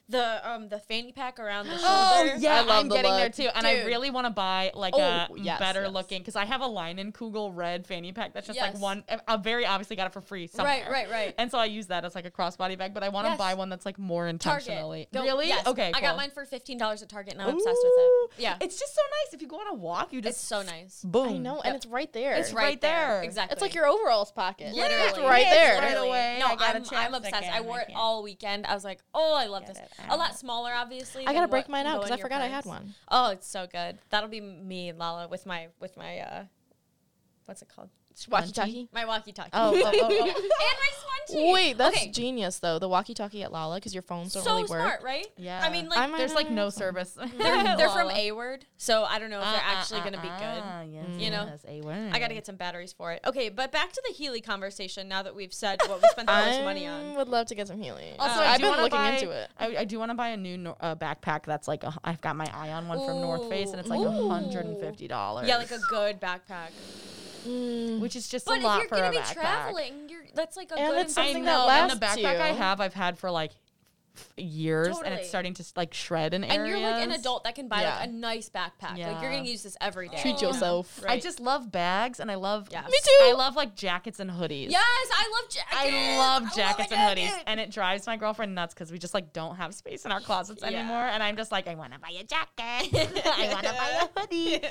Speaker 2: the um the fanny pack around the shoulder.
Speaker 3: Oh yeah,
Speaker 4: I love
Speaker 3: I'm
Speaker 4: the
Speaker 3: getting there
Speaker 4: look.
Speaker 3: too, and I
Speaker 4: Dude.
Speaker 3: really want to buy like
Speaker 4: Oh,
Speaker 3: a
Speaker 4: yes,
Speaker 3: better
Speaker 4: yes.
Speaker 3: looking because I have a Leinenkugel red fanny pack that's just
Speaker 2: Yes.
Speaker 3: like one. eh, I- I very obviously got it for free somewhere.
Speaker 2: Right, right, right.
Speaker 3: And so I use that as like a crossbody bag, but I want to
Speaker 2: Yes.
Speaker 3: buy one that's like more intentionally.
Speaker 2: Target. Go-
Speaker 3: Really?
Speaker 2: yes.
Speaker 3: Okay.
Speaker 2: I got
Speaker 3: cool.
Speaker 2: mine for fifteen dollars at Target, and I'm obsessed with
Speaker 3: Ooh.
Speaker 2: it. Yeah, it's,
Speaker 3: It's just so nice. If you go on a walk, you just
Speaker 2: so nice.
Speaker 3: boom.
Speaker 4: I know, and it's right there.
Speaker 3: It's right there.
Speaker 2: Exactly.
Speaker 4: It's like your overalls pocket.
Speaker 2: Yeah, Literally.
Speaker 4: It's right
Speaker 2: it's
Speaker 4: there.
Speaker 3: right away.
Speaker 2: No,
Speaker 3: I got a
Speaker 2: I'm, I'm
Speaker 3: chapstick
Speaker 2: obsessed. I
Speaker 3: and
Speaker 2: wore
Speaker 3: I
Speaker 2: it
Speaker 3: can't
Speaker 2: all weekend. I was like, oh, I love
Speaker 3: get
Speaker 2: this.
Speaker 3: it
Speaker 2: A
Speaker 3: out.
Speaker 2: lot smaller, obviously.
Speaker 4: I
Speaker 2: than
Speaker 4: gotta
Speaker 2: what
Speaker 4: break mine
Speaker 2: can
Speaker 4: out
Speaker 2: go
Speaker 4: because
Speaker 2: in
Speaker 4: I
Speaker 2: your
Speaker 4: forgot I
Speaker 2: purse.
Speaker 4: had one.
Speaker 2: Oh, it's so good. That'll be me, and Lala, with my with my uh, what's it called?
Speaker 4: Walkie talkie.
Speaker 2: My walkie-talkie.
Speaker 4: Oh, oh, oh,
Speaker 2: and my scrunchie.
Speaker 4: Wait, that's
Speaker 2: okay.
Speaker 4: genius though. The walkie talkie at Lala because your phones
Speaker 2: so
Speaker 4: don't really work.
Speaker 2: smart, right?
Speaker 3: Yeah.
Speaker 2: I mean, like
Speaker 4: I might
Speaker 3: There's
Speaker 4: not
Speaker 3: like no
Speaker 4: have one.
Speaker 3: service.
Speaker 2: they're, they're from A Word, so I don't know if
Speaker 4: Ah,
Speaker 2: they're actually going to be good.
Speaker 3: good.
Speaker 2: You know?
Speaker 3: A word.
Speaker 2: I got to get some batteries for it. Okay, but back to the Healy conversation now that we've said what we spent the most money
Speaker 4: I
Speaker 2: on.
Speaker 4: would love to get some healing.
Speaker 3: Also,
Speaker 4: Uh,
Speaker 3: I
Speaker 4: I've
Speaker 3: do
Speaker 4: been
Speaker 3: wanna
Speaker 4: looking
Speaker 3: buy-
Speaker 4: into it.
Speaker 3: I, I do want to buy a new nor- uh, backpack that's like a, I've got my eye on one from North Face and it's like
Speaker 2: Ooh.
Speaker 3: hundred and fifty dollars.
Speaker 2: Yeah, like a good backpack.
Speaker 3: which is just
Speaker 2: But
Speaker 3: a
Speaker 2: if
Speaker 3: lot
Speaker 2: you're
Speaker 3: for a
Speaker 2: going to
Speaker 3: backpack.
Speaker 2: be traveling, you're, that's like a
Speaker 4: And
Speaker 2: good
Speaker 4: it's
Speaker 3: I
Speaker 4: something that
Speaker 3: know, and the
Speaker 4: lasts
Speaker 3: backpack I
Speaker 4: you.
Speaker 3: have I've had for like f- years, and
Speaker 2: Totally.
Speaker 3: it's starting to like shred in
Speaker 2: And
Speaker 3: areas.
Speaker 2: you're like an adult that can buy
Speaker 4: Yeah.
Speaker 2: like a nice backpack. Like you're
Speaker 3: Yeah.
Speaker 2: going to use this every day.
Speaker 4: Treat yourself.
Speaker 2: Right.
Speaker 3: I just love bags, and I love
Speaker 2: Yes. Me
Speaker 4: too.
Speaker 3: I love like jackets and hoodies.
Speaker 2: Yes, I love jackets.
Speaker 3: I love jackets
Speaker 2: a
Speaker 3: and hoodies,
Speaker 2: jacket.
Speaker 3: and it drives my girlfriend nuts because we just like don't have space in our closets
Speaker 2: Yeah.
Speaker 3: anymore. And I'm just like, I want to buy a jacket. I want to buy a hoodie.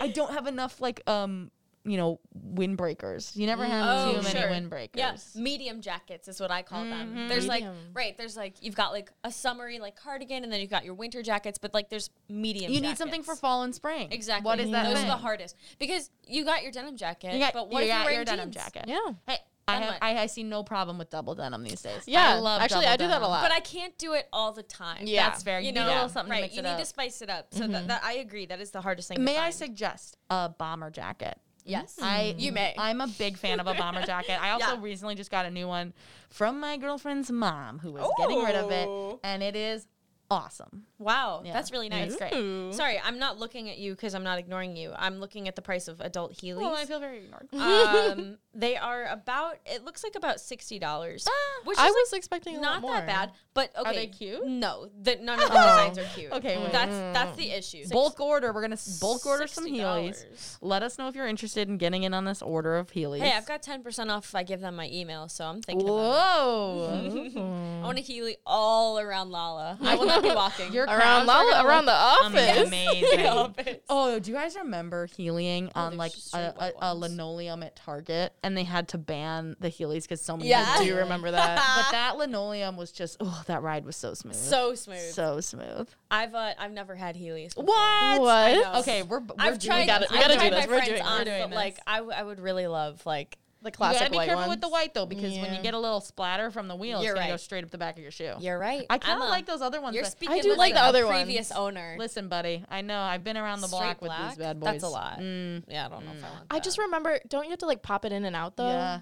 Speaker 3: I don't have enough like um you know windbreakers. You never have
Speaker 2: Oh,
Speaker 3: too many
Speaker 2: sure.
Speaker 3: windbreakers.
Speaker 2: Yeah, medium jackets is what I call
Speaker 3: Mm-hmm.
Speaker 2: them. There's
Speaker 4: Medium.
Speaker 2: like right, there's like you've got like a summery like cardigan, and then you've got your winter jackets, but like there's medium.
Speaker 3: You need something for
Speaker 2: jackets.
Speaker 3: fall and spring.
Speaker 2: Exactly.
Speaker 3: What is that?
Speaker 2: Those
Speaker 3: thing?
Speaker 2: are the hardest because you got your denim jacket,
Speaker 3: You got,
Speaker 2: but what
Speaker 3: you
Speaker 2: if
Speaker 3: got
Speaker 2: you're wearing
Speaker 3: your denim
Speaker 2: jeans?
Speaker 3: jacket.
Speaker 4: Yeah.
Speaker 3: Hey, I
Speaker 2: Done
Speaker 3: have.
Speaker 2: with.
Speaker 3: I, I see no problem with double denim these days.
Speaker 4: Yeah.
Speaker 3: I love
Speaker 4: Actually,
Speaker 3: double
Speaker 4: I do that a
Speaker 3: denim.
Speaker 4: lot.
Speaker 2: But I can't do it all the time.
Speaker 4: Yeah.
Speaker 3: That's fair.
Speaker 2: You
Speaker 3: You
Speaker 2: know,
Speaker 3: need a little something to
Speaker 2: right?
Speaker 3: mix
Speaker 2: you
Speaker 3: it
Speaker 2: need to
Speaker 3: up.
Speaker 2: spice it up. So that, that I agree. That is the hardest thing. to
Speaker 3: Mm-hmm. May I
Speaker 2: find.
Speaker 3: suggest a bomber jacket?
Speaker 2: Yes. Mm.
Speaker 3: I
Speaker 2: You may.
Speaker 3: I'm a big fan of a bomber jacket. I also
Speaker 2: Yeah.
Speaker 3: recently just got a new one from my girlfriend's mom who was getting rid of it,
Speaker 2: Ooh.
Speaker 3: and it is awesome.
Speaker 2: Wow,
Speaker 3: Yeah.
Speaker 2: that's really
Speaker 3: Yeah,
Speaker 2: nice.
Speaker 3: it's great. Ooh.
Speaker 2: Sorry, I'm not looking at you because I'm not ignoring you. I'm looking at the price of adult Heelys.
Speaker 3: feel very ignored.
Speaker 2: um, they are about. It looks like about sixty dollars,
Speaker 3: Ah,
Speaker 2: which is
Speaker 4: I
Speaker 2: like,
Speaker 4: was expecting a
Speaker 2: not
Speaker 4: lot more.
Speaker 2: that bad. But okay,
Speaker 3: they cute?
Speaker 2: No, the, none of the
Speaker 4: Oh.
Speaker 2: designs are cute.
Speaker 3: Okay, well- mm.
Speaker 2: that's that's the issue.
Speaker 3: Bulk order. We're gonna s- bulk order some Heelys.
Speaker 2: $60.
Speaker 3: Let us know if you're interested in getting in on this order of Heelys.
Speaker 2: Hey, I've got ten percent off if I give them my email. So I'm thinking. About
Speaker 3: Whoa!
Speaker 2: it. I want a Healy all around Lala. I will not be walking.
Speaker 3: Your
Speaker 4: Around
Speaker 3: crowds are
Speaker 4: Lala,
Speaker 3: gonna
Speaker 4: around the
Speaker 3: look
Speaker 4: office.
Speaker 3: Amazing.
Speaker 2: office.
Speaker 3: Oh, do you guys remember healing on
Speaker 2: there's
Speaker 3: like
Speaker 2: just
Speaker 3: a,
Speaker 2: straight
Speaker 3: a,
Speaker 2: white
Speaker 3: a
Speaker 2: ones.
Speaker 3: linoleum at Target, and they had to ban the Heelys because so many.
Speaker 2: Yeah.
Speaker 3: people
Speaker 4: I
Speaker 3: did
Speaker 4: do
Speaker 3: it.
Speaker 4: remember that.
Speaker 3: But that linoleum was just oh, that ride was so smooth,
Speaker 2: so smooth.
Speaker 3: so smooth.
Speaker 2: I've uh, I've never had Heelys. before.
Speaker 3: What?
Speaker 4: What?
Speaker 2: know.
Speaker 3: Okay, we're, we're
Speaker 2: I've
Speaker 3: doing
Speaker 2: tried.
Speaker 4: gotta-
Speaker 2: I've
Speaker 4: we gotta do
Speaker 2: tried
Speaker 4: this.
Speaker 2: my
Speaker 4: We're
Speaker 2: friends
Speaker 4: doing-
Speaker 2: on,
Speaker 4: we're doing
Speaker 2: but,
Speaker 4: this.
Speaker 2: Like I, w- I would really love like
Speaker 4: The
Speaker 3: You
Speaker 4: classic
Speaker 3: gotta be
Speaker 4: white
Speaker 3: careful
Speaker 4: ones.
Speaker 3: with the white though, because when you
Speaker 4: Yeah.
Speaker 3: get a little splatter from the wheel,
Speaker 2: You're
Speaker 3: it's gonna
Speaker 2: right.
Speaker 3: go straight up the back of your shoe.
Speaker 2: You're right.
Speaker 3: I kind
Speaker 2: I'm
Speaker 3: of
Speaker 2: a-
Speaker 3: like those other ones.
Speaker 2: You're
Speaker 3: but-
Speaker 2: speaking.
Speaker 4: I do
Speaker 2: with
Speaker 4: like the other ones.
Speaker 2: Previous owner.
Speaker 3: Listen, buddy, I know I've been around the block
Speaker 2: Straight
Speaker 3: with
Speaker 2: black?
Speaker 3: these bad boys.
Speaker 2: That's a lot.
Speaker 3: Mm,
Speaker 2: Yeah, I don't know if I want.
Speaker 4: I
Speaker 2: that.
Speaker 4: just remember. Don't you have to like pop it in and out though?
Speaker 3: yeah,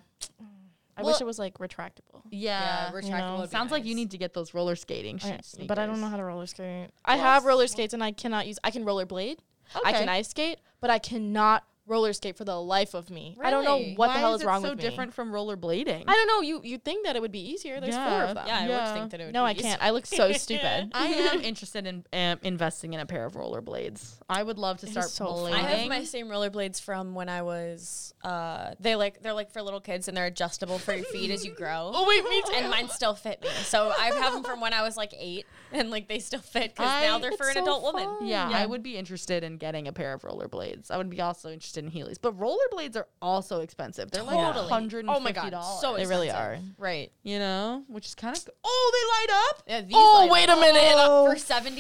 Speaker 4: I
Speaker 3: Well-
Speaker 4: wish it was like retractable.
Speaker 2: yeah,
Speaker 3: yeah.
Speaker 2: retractable.
Speaker 4: you know,
Speaker 2: would be
Speaker 3: Sounds like you
Speaker 2: nice.
Speaker 3: need to get those roller skating
Speaker 4: I-
Speaker 3: shoes.
Speaker 4: Oh, but I don't know how to roller skate. I have roller skates and I cannot use. I can roller blade. I can ice skate, but I cannot roller skate for the life of me. I don't know
Speaker 2: Really?
Speaker 4: what
Speaker 3: Why
Speaker 4: the hell
Speaker 3: is,
Speaker 4: is, wrong
Speaker 3: it so
Speaker 4: with
Speaker 3: different from rollerblading?
Speaker 4: me. I don't know. You you think that it would be easier? There's four
Speaker 3: Yeah.
Speaker 4: of them.
Speaker 2: Yeah, I
Speaker 3: Yeah.
Speaker 2: would think that it would.
Speaker 4: No,
Speaker 2: be
Speaker 4: I
Speaker 2: easier.
Speaker 4: can't. I look so stupid.
Speaker 3: I am interested in um, investing in a pair of rollerblades. I would love to
Speaker 4: It is
Speaker 3: start
Speaker 4: so fun.
Speaker 3: blading.
Speaker 2: I have my same rollerblades from when I was. Uh, they like they're like for little kids and they're adjustable for your feet as you grow. Oh wait, me too. And mine still fit me, so I have them from when I was like eight, and like they still fit because
Speaker 3: I-
Speaker 2: now they're for
Speaker 4: It's
Speaker 2: an
Speaker 4: so
Speaker 2: adult woman.
Speaker 4: fun.
Speaker 3: yeah, I would be interested in getting a pair of rollerblades. I would be also interested in Heelys, but rollerblades are also expensive. They're like
Speaker 2: Totally.
Speaker 3: hundred and
Speaker 2: Oh my
Speaker 3: fifty
Speaker 2: god,
Speaker 3: dollars.
Speaker 2: so
Speaker 4: They really
Speaker 2: expensive. Right.
Speaker 3: you know, which is kind of oh they light up,
Speaker 2: Yeah, these oh,
Speaker 4: oh
Speaker 2: light
Speaker 4: wait
Speaker 2: up
Speaker 4: a minute.
Speaker 2: for seventy.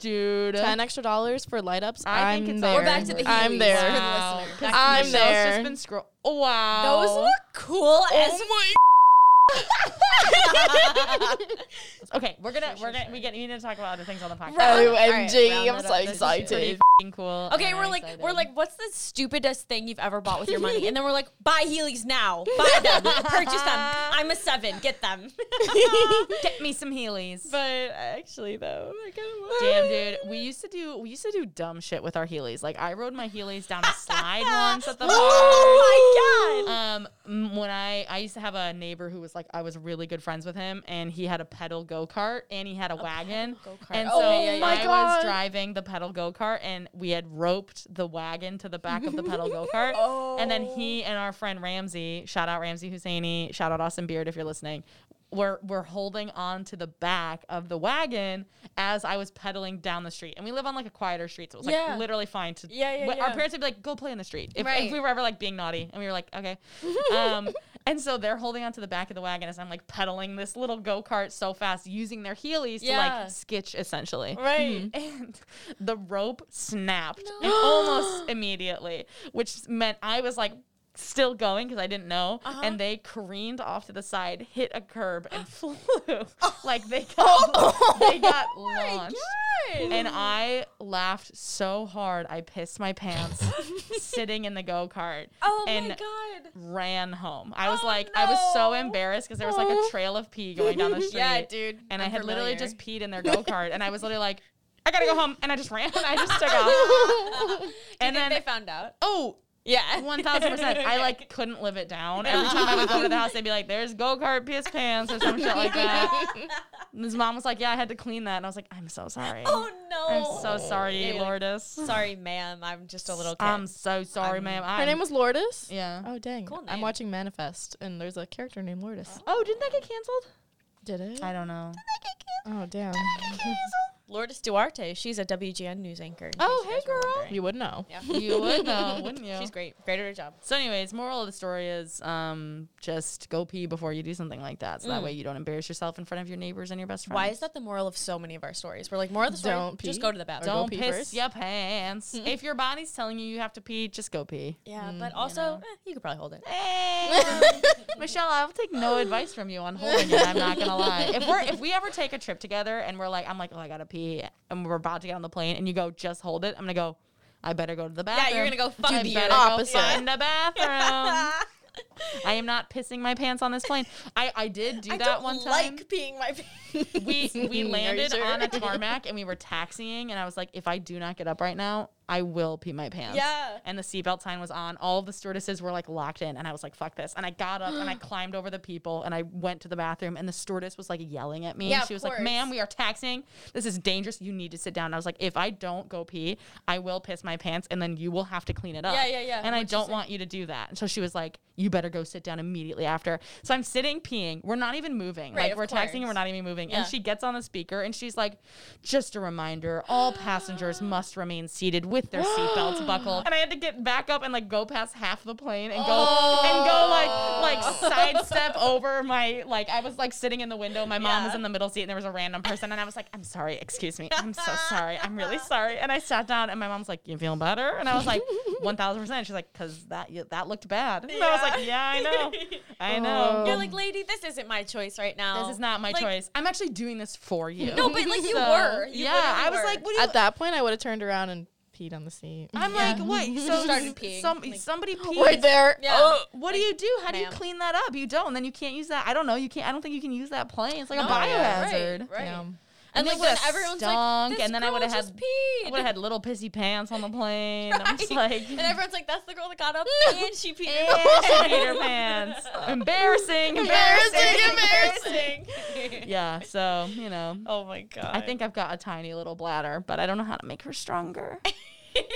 Speaker 3: dude.
Speaker 4: Ten extra dollars for light ups.
Speaker 3: I
Speaker 4: am
Speaker 3: think it's
Speaker 4: there.
Speaker 3: all
Speaker 2: We're back to the
Speaker 3: Heelys.
Speaker 2: Heelys
Speaker 4: I'm there.
Speaker 2: for
Speaker 3: Wow.
Speaker 2: the listener.
Speaker 3: 'Cause
Speaker 2: Back to
Speaker 4: I'm
Speaker 3: Michelle's
Speaker 4: there.
Speaker 3: just been scroll. Oh, wow,
Speaker 4: Oh
Speaker 2: Those look cool as
Speaker 3: my. Okay, we're gonna
Speaker 2: Sure,
Speaker 3: we're
Speaker 2: sure,
Speaker 3: gonna
Speaker 2: sure.
Speaker 3: we get we need to talk about other things on the podcast.
Speaker 4: OMG,
Speaker 2: All right,
Speaker 4: Oh, I'm
Speaker 2: round it
Speaker 4: so
Speaker 2: up. This is
Speaker 4: excited.
Speaker 3: F***ing cool.
Speaker 2: Okay,
Speaker 3: and
Speaker 2: we're
Speaker 3: I'm
Speaker 2: like we're
Speaker 3: excited.
Speaker 2: like, what's the stupidest thing you've ever bought with your money? And then we're like, buy Heelys now, buy them, purchase them. I'm a seven, get them.
Speaker 3: get me some Heelys.
Speaker 2: but actually, though, I
Speaker 3: Damn, dude, we used to do we used to do dumb shit with our Heelys. Like I rode my Heelys down a slide once at the mall.
Speaker 2: Oh my god!
Speaker 3: Um, m- when I I used to have a neighbor who was like I was really good friends with him, and he had a pedal go kart and he had a, wagon, and so
Speaker 4: Oh, yeah, yeah,
Speaker 3: I
Speaker 4: yeah.
Speaker 3: was
Speaker 4: God.
Speaker 3: driving the pedal go kart, and we had roped the wagon to the back of the pedal go kart, and then
Speaker 2: Oh.
Speaker 3: he and our friend Ramsey, shout out Ramsey Husseini, shout out Austin Beard if you're listening. We're, we're holding on to the back of the wagon as I was pedaling down the street. And we live on like a quieter street, so it was like
Speaker 2: Yeah.
Speaker 3: literally fine to
Speaker 2: Yeah, yeah,
Speaker 3: but Our
Speaker 2: yeah.
Speaker 3: parents would be like, go play in the street. If, if
Speaker 2: Right.
Speaker 3: we were ever like being naughty and we were like, okay. Um, and so they're holding onto the back of the wagon as I'm like pedaling this little go kart so fast using their heelys to
Speaker 2: Yeah.
Speaker 3: like skitch essentially.
Speaker 2: Um, Right.
Speaker 3: And the rope snapped and almost immediately, which meant I was like, Still going because I didn't know,
Speaker 2: Uh-huh.
Speaker 3: and they careened off to the side, hit a curb, and flew like they got
Speaker 2: Oh.
Speaker 3: they got launched. And I laughed so hard, I pissed my pants sitting in the go kart
Speaker 2: Oh
Speaker 3: and
Speaker 2: my god!
Speaker 3: ran home. I was
Speaker 2: Oh,
Speaker 3: like, I was so
Speaker 2: no.
Speaker 3: embarrassed because there was like a trail of pee going down the street.
Speaker 2: dude.
Speaker 3: And i
Speaker 2: I'm
Speaker 3: had literally
Speaker 2: familiar.
Speaker 3: just peed in their go kart, and I was literally like, I gotta go home, and I just ran. I just took off.
Speaker 2: and
Speaker 3: and
Speaker 2: then
Speaker 3: then-
Speaker 2: they found out.
Speaker 3: Oh,
Speaker 2: Yeah,
Speaker 3: one thousand percent. I like couldn't live it down. Every time I would go to the house, they'd be like, "There's go kart piss pants" or some shit like that. And his mom was like, "Yeah, I had to clean that," and I was like, "I'm so sorry.
Speaker 2: Oh no!
Speaker 3: I'm so sorry,
Speaker 2: Yeah, you're like,
Speaker 3: Lourdes.
Speaker 2: Sorry, ma'am. I'm just a little kid.
Speaker 3: I'm so sorry, ma'am.
Speaker 4: Her
Speaker 3: I'm-
Speaker 4: name was Lourdes?
Speaker 3: yeah.
Speaker 4: Oh, dang.
Speaker 2: Cool name.
Speaker 4: I'm watching Manifest, and there's a character named Lourdes.
Speaker 3: Oh, didn't that get canceled?
Speaker 4: Did it?
Speaker 3: I don't know.
Speaker 4: Oh, damn.
Speaker 2: Lourdes Duarte. She's a WGN news anchor. in
Speaker 3: Oh,
Speaker 2: case you
Speaker 3: hey,
Speaker 2: guys were
Speaker 3: girl.
Speaker 2: wondering.
Speaker 4: You would know.
Speaker 3: You would know, wouldn't you?
Speaker 2: She's great. Great at her job.
Speaker 3: So, anyways, moral of the story is um, just go pee before you do something like that, so that way you don't embarrass yourself in front of your neighbors and your best friends.
Speaker 2: Why is that the moral of so many of our stories? We're like, moral of the story,
Speaker 4: Don't
Speaker 2: just
Speaker 4: pee.
Speaker 2: go to the bathroom.
Speaker 4: Or go
Speaker 3: Don't
Speaker 4: pee
Speaker 3: piss
Speaker 4: first.
Speaker 3: your pants. if your body's telling you you have to pee, just go pee.
Speaker 2: Yeah, but also, eh, you, could probably hold it.
Speaker 3: Michelle, I'll take no advice from you on holding it. I'm not gonna lie. If we're if we ever take a trip together and we're like, I'm like, oh, I gotta pee, and we're about to get on the plane, and you go, just hold it. I'm gonna go. I better go to the bathroom.
Speaker 2: Yeah, you're gonna go fuck
Speaker 3: I
Speaker 2: the
Speaker 3: better
Speaker 4: opposite.
Speaker 3: Go find the bathroom. I am not pissing my pants on this plane. I, I did do that one time
Speaker 2: peeing my pants.
Speaker 3: we
Speaker 4: Are
Speaker 3: we
Speaker 4: you
Speaker 3: landed
Speaker 4: sure?
Speaker 3: on a tarmac and we were taxiing and I was like, if I do not get up right now, I will pee my pants.
Speaker 2: Yeah.
Speaker 3: And the seatbelt sign was on. All the stewardesses were like locked in and I was like, fuck this. And I got up and I climbed over the people and I went to the bathroom and the stewardess was like yelling at me.
Speaker 2: Yeah,
Speaker 3: she
Speaker 2: of
Speaker 3: was like,
Speaker 2: course.
Speaker 3: ma'am, we are taxiing. This is dangerous. You need to sit down. And I was like, if I don't go pee, I will piss my pants and then you will have to clean it up.
Speaker 2: Yeah, yeah, yeah.
Speaker 3: And I
Speaker 2: What'd she
Speaker 3: don't
Speaker 2: say?
Speaker 3: want you to do that. And so she was like, you better go sit down immediately after. So I'm sitting peeing. We're not even moving.
Speaker 2: Right,
Speaker 3: like
Speaker 2: of
Speaker 3: we're taxiing and
Speaker 2: course.
Speaker 3: we're not even moving.
Speaker 2: Yeah.
Speaker 3: And she gets on the speaker and she's like, just a reminder, all passengers must remain seated with their seatbelts buckled. And I had to get back up and like go past half the plane and go
Speaker 2: Oh.
Speaker 3: and go like like sidestep over my like I was like sitting in the window. My mom was
Speaker 2: Yeah.
Speaker 3: in the middle seat and there was a random person and I was like, I'm sorry, excuse me. I'm so sorry. I'm really sorry. And I sat down and my mom's like, You feel better? And I was like, one thousand percent. She's like, cause that that looked bad. And I was
Speaker 2: Yeah.
Speaker 3: like, Yeah, I know. I know.
Speaker 2: You're like, lady, this isn't my choice right now.
Speaker 3: Oh. This is not my
Speaker 2: Like-
Speaker 3: choice. I'm actually doing this for you.
Speaker 2: No, but like you
Speaker 3: So,
Speaker 2: were. You
Speaker 3: yeah,
Speaker 2: literally
Speaker 3: I was
Speaker 2: were.
Speaker 3: like, what do you?
Speaker 4: At that point, I would have turned around and peed on the seat.
Speaker 3: I'm like, what? So
Speaker 2: Started peeing.
Speaker 3: Some,
Speaker 2: Like-
Speaker 3: somebody peed.
Speaker 4: Right there.
Speaker 2: Yeah.
Speaker 3: Oh, what do
Speaker 2: Like,
Speaker 3: you do? How do you
Speaker 2: ma'am.
Speaker 3: clean that up? You don't. Then you can't use that. I don't know. You can't. I don't think you can use that plane. It's like a
Speaker 2: No, yeah,
Speaker 3: biohazard.
Speaker 2: Right, right.
Speaker 4: Damn.
Speaker 2: And
Speaker 3: And
Speaker 2: like
Speaker 3: they
Speaker 2: then
Speaker 3: would've
Speaker 2: everyone's
Speaker 3: stunk,
Speaker 2: like, this
Speaker 3: and then I
Speaker 2: girl
Speaker 3: would've
Speaker 2: just
Speaker 3: had-
Speaker 2: peed.
Speaker 3: I would have had little pissy pants on the plane. I'm just
Speaker 2: Right.
Speaker 3: like,
Speaker 2: and everyone's like, that's the girl that got up and she peed.
Speaker 3: "Eh, she peed her pants. Embarrassing. Embarrassing.
Speaker 2: embarrassing.
Speaker 3: yeah. So you know.
Speaker 2: Oh my god.
Speaker 3: I think I've got a tiny little bladder, but I don't know how to make her stronger.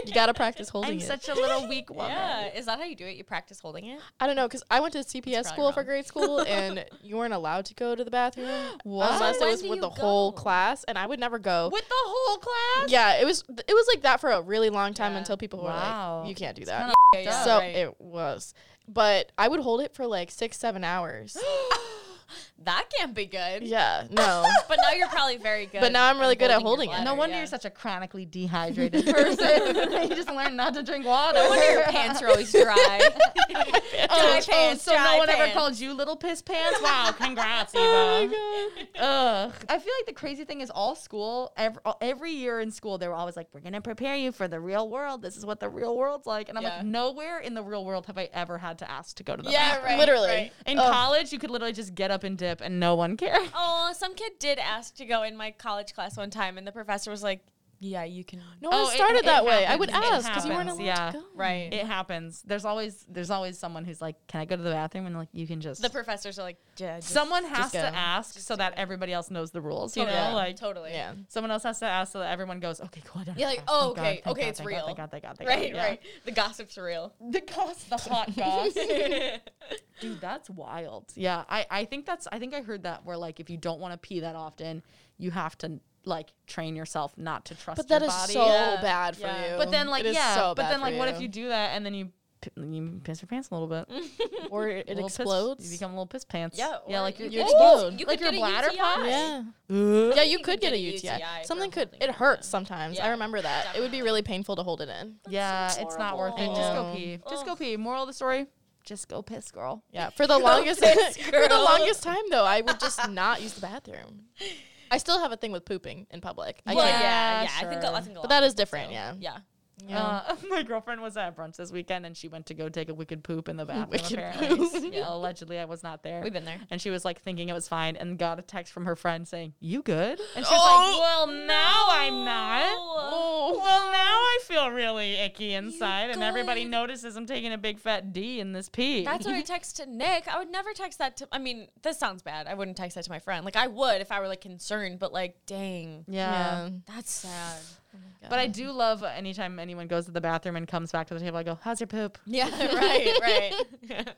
Speaker 4: You gotta practice holding
Speaker 3: I'm
Speaker 4: it.
Speaker 3: such a little weak woman.
Speaker 2: Yeah. Is that how you do it? You practice holding it?
Speaker 4: I don't know because I went to CPS
Speaker 2: probably
Speaker 4: school for
Speaker 2: wrong.
Speaker 4: grade school, and you weren't allowed to go to the bathroom
Speaker 3: What?
Speaker 4: unless it
Speaker 2: When
Speaker 4: was
Speaker 2: do
Speaker 4: with
Speaker 2: you
Speaker 4: the whole
Speaker 2: go?
Speaker 4: class, and I would never go.
Speaker 3: With the whole class?
Speaker 4: Oh. Yeah, it was it was like that for a really long time
Speaker 2: Yeah.
Speaker 4: until people were
Speaker 3: Wow.
Speaker 4: like, "You can't do
Speaker 3: Kinda
Speaker 4: that."
Speaker 3: f***ed
Speaker 2: yeah.
Speaker 3: up.
Speaker 4: so
Speaker 2: right.
Speaker 4: it was, but I would hold it for like six, seven hours.
Speaker 2: That can't be good.
Speaker 4: yeah, no.
Speaker 2: But now you're probably very good.
Speaker 4: But now I'm really good at holding it.
Speaker 2: your
Speaker 4: No
Speaker 3: no
Speaker 2: bladder,
Speaker 3: wonder
Speaker 2: yeah.
Speaker 3: you're such a chronically dehydrated person. you just learned not to drink water.
Speaker 2: No wonder your pants are always dry. pants.
Speaker 3: Oh,
Speaker 2: Dry pants.
Speaker 3: so
Speaker 2: dry
Speaker 3: no one ever
Speaker 2: pants. Oh
Speaker 3: called you little piss pants? Wow, congrats, Eva. Ugh. I feel like the crazy thing is all school, every, every year in school, they were always like, we're going to prepare you for the real world. This is what the real world's like. And I'm
Speaker 2: Yeah.
Speaker 3: like, nowhere in the real world have I ever had to ask to go to the
Speaker 2: Yeah,
Speaker 3: bathroom.
Speaker 2: right.
Speaker 4: Literally.
Speaker 2: right.
Speaker 3: In
Speaker 4: Ugh.
Speaker 3: college, you could literally just get up and dip and no one cared.
Speaker 2: Oh, some kid did ask to go in my college class one time, and the professor was like, "Yeah, you can."
Speaker 4: No, one
Speaker 3: Oh, it-
Speaker 4: started
Speaker 3: it
Speaker 4: that way. I
Speaker 3: happens.
Speaker 4: would
Speaker 3: It
Speaker 4: ask because you weren't
Speaker 3: happens,
Speaker 4: allowed
Speaker 3: yeah.
Speaker 4: to go.
Speaker 2: Right.
Speaker 3: It happens. There's always there's always someone who's like, can I go to the bathroom? And like, you can just.
Speaker 2: the professors are like, yeah, just-
Speaker 3: someone has to
Speaker 4: go.
Speaker 3: ask so that everybody else knows the rules. You know,
Speaker 2: totally,
Speaker 3: like
Speaker 2: totally.
Speaker 4: Yeah.
Speaker 3: someone else has to ask so that everyone goes, okay, cool. I don't have
Speaker 2: Yeah,
Speaker 3: to
Speaker 2: like,
Speaker 3: ask.
Speaker 2: oh,
Speaker 3: Thank God,
Speaker 2: okay,
Speaker 3: thank
Speaker 2: okay,
Speaker 3: God,
Speaker 2: it's
Speaker 3: thank
Speaker 2: real.
Speaker 3: God, thank God, thank God, thank
Speaker 2: Right,
Speaker 3: God. Yeah.
Speaker 2: right. The gossip's real.
Speaker 3: The goss, the hot goss. Dude, that's wild. Yeah, I, I think that's I think I heard that where like if you don't want to pee that often, you have to like train yourself not to trust.
Speaker 4: But that
Speaker 3: your
Speaker 4: is
Speaker 3: body.
Speaker 4: so
Speaker 2: Yeah.
Speaker 4: bad for
Speaker 2: Yeah.
Speaker 4: you.
Speaker 3: But then like
Speaker 4: It is
Speaker 3: yeah,
Speaker 4: so
Speaker 3: but
Speaker 4: bad
Speaker 3: then
Speaker 4: for
Speaker 3: like what if you do that and then you p- you piss your pants a little bit?
Speaker 4: or it
Speaker 3: Little piss-
Speaker 4: explodes?
Speaker 3: you become little piss pants.
Speaker 2: Yeah,
Speaker 3: yeah,
Speaker 2: or
Speaker 3: like your
Speaker 4: you explode.
Speaker 2: You
Speaker 3: like your
Speaker 2: could get a
Speaker 3: bladder
Speaker 2: UTI.
Speaker 3: pops.
Speaker 4: yeah.
Speaker 3: Ugh.
Speaker 4: Yeah, you
Speaker 2: You
Speaker 4: could
Speaker 2: can
Speaker 4: get a
Speaker 2: get a
Speaker 4: UTI.
Speaker 2: UTI for
Speaker 4: Something could.
Speaker 2: holding
Speaker 4: It
Speaker 2: it,
Speaker 4: hurts
Speaker 2: yeah.
Speaker 4: sometimes.
Speaker 2: Yeah,
Speaker 4: I remember that. It would be really painful to hold it in.
Speaker 3: Yeah, it's not worth it. Just go pee. Just go
Speaker 2: Ugh.
Speaker 3: pee. Moral of the story: just go piss, girl.
Speaker 4: Yeah, for the longest
Speaker 2: piss,
Speaker 4: for the
Speaker 2: girl.
Speaker 4: longest time though, I would just not use the bathroom. I still have a thing with pooping in public. I
Speaker 2: well,
Speaker 4: can't.
Speaker 3: Yeah,
Speaker 2: yeah, yeah. I think a- I
Speaker 3: sure.
Speaker 2: think a
Speaker 4: But
Speaker 2: lot
Speaker 4: that
Speaker 2: of
Speaker 4: is different,
Speaker 2: people
Speaker 4: yeah.
Speaker 2: do. Yeah.
Speaker 3: Uh, my girlfriend was at brunch this weekend, and she went to go take a wicked poop in the bathroom.
Speaker 4: Wicked
Speaker 3: apparently,
Speaker 4: poop.
Speaker 3: Yeah, allegedly, I was not there.
Speaker 2: We've been there.
Speaker 3: And she was like thinking it was fine, and got a text from her friend saying, "You good?" And she was
Speaker 4: Oh,
Speaker 3: like, "Well, now I'm not.
Speaker 2: no.
Speaker 3: Well, now I feel really icky inside, and everybody
Speaker 2: Oh. good?
Speaker 3: notices I'm taking a big fat D in this pee."
Speaker 2: That's what I text to Nick. I would never text that to. I mean, this sounds bad. I wouldn't text that to my friend. Like I would if I were like concerned, but like, dang,
Speaker 3: yeah.
Speaker 4: Yeah.
Speaker 2: that's sad.
Speaker 3: But I do love uh, anytime anyone goes to the bathroom and comes back to the table. I go, "How's your poop?"
Speaker 2: Yeah, right, right.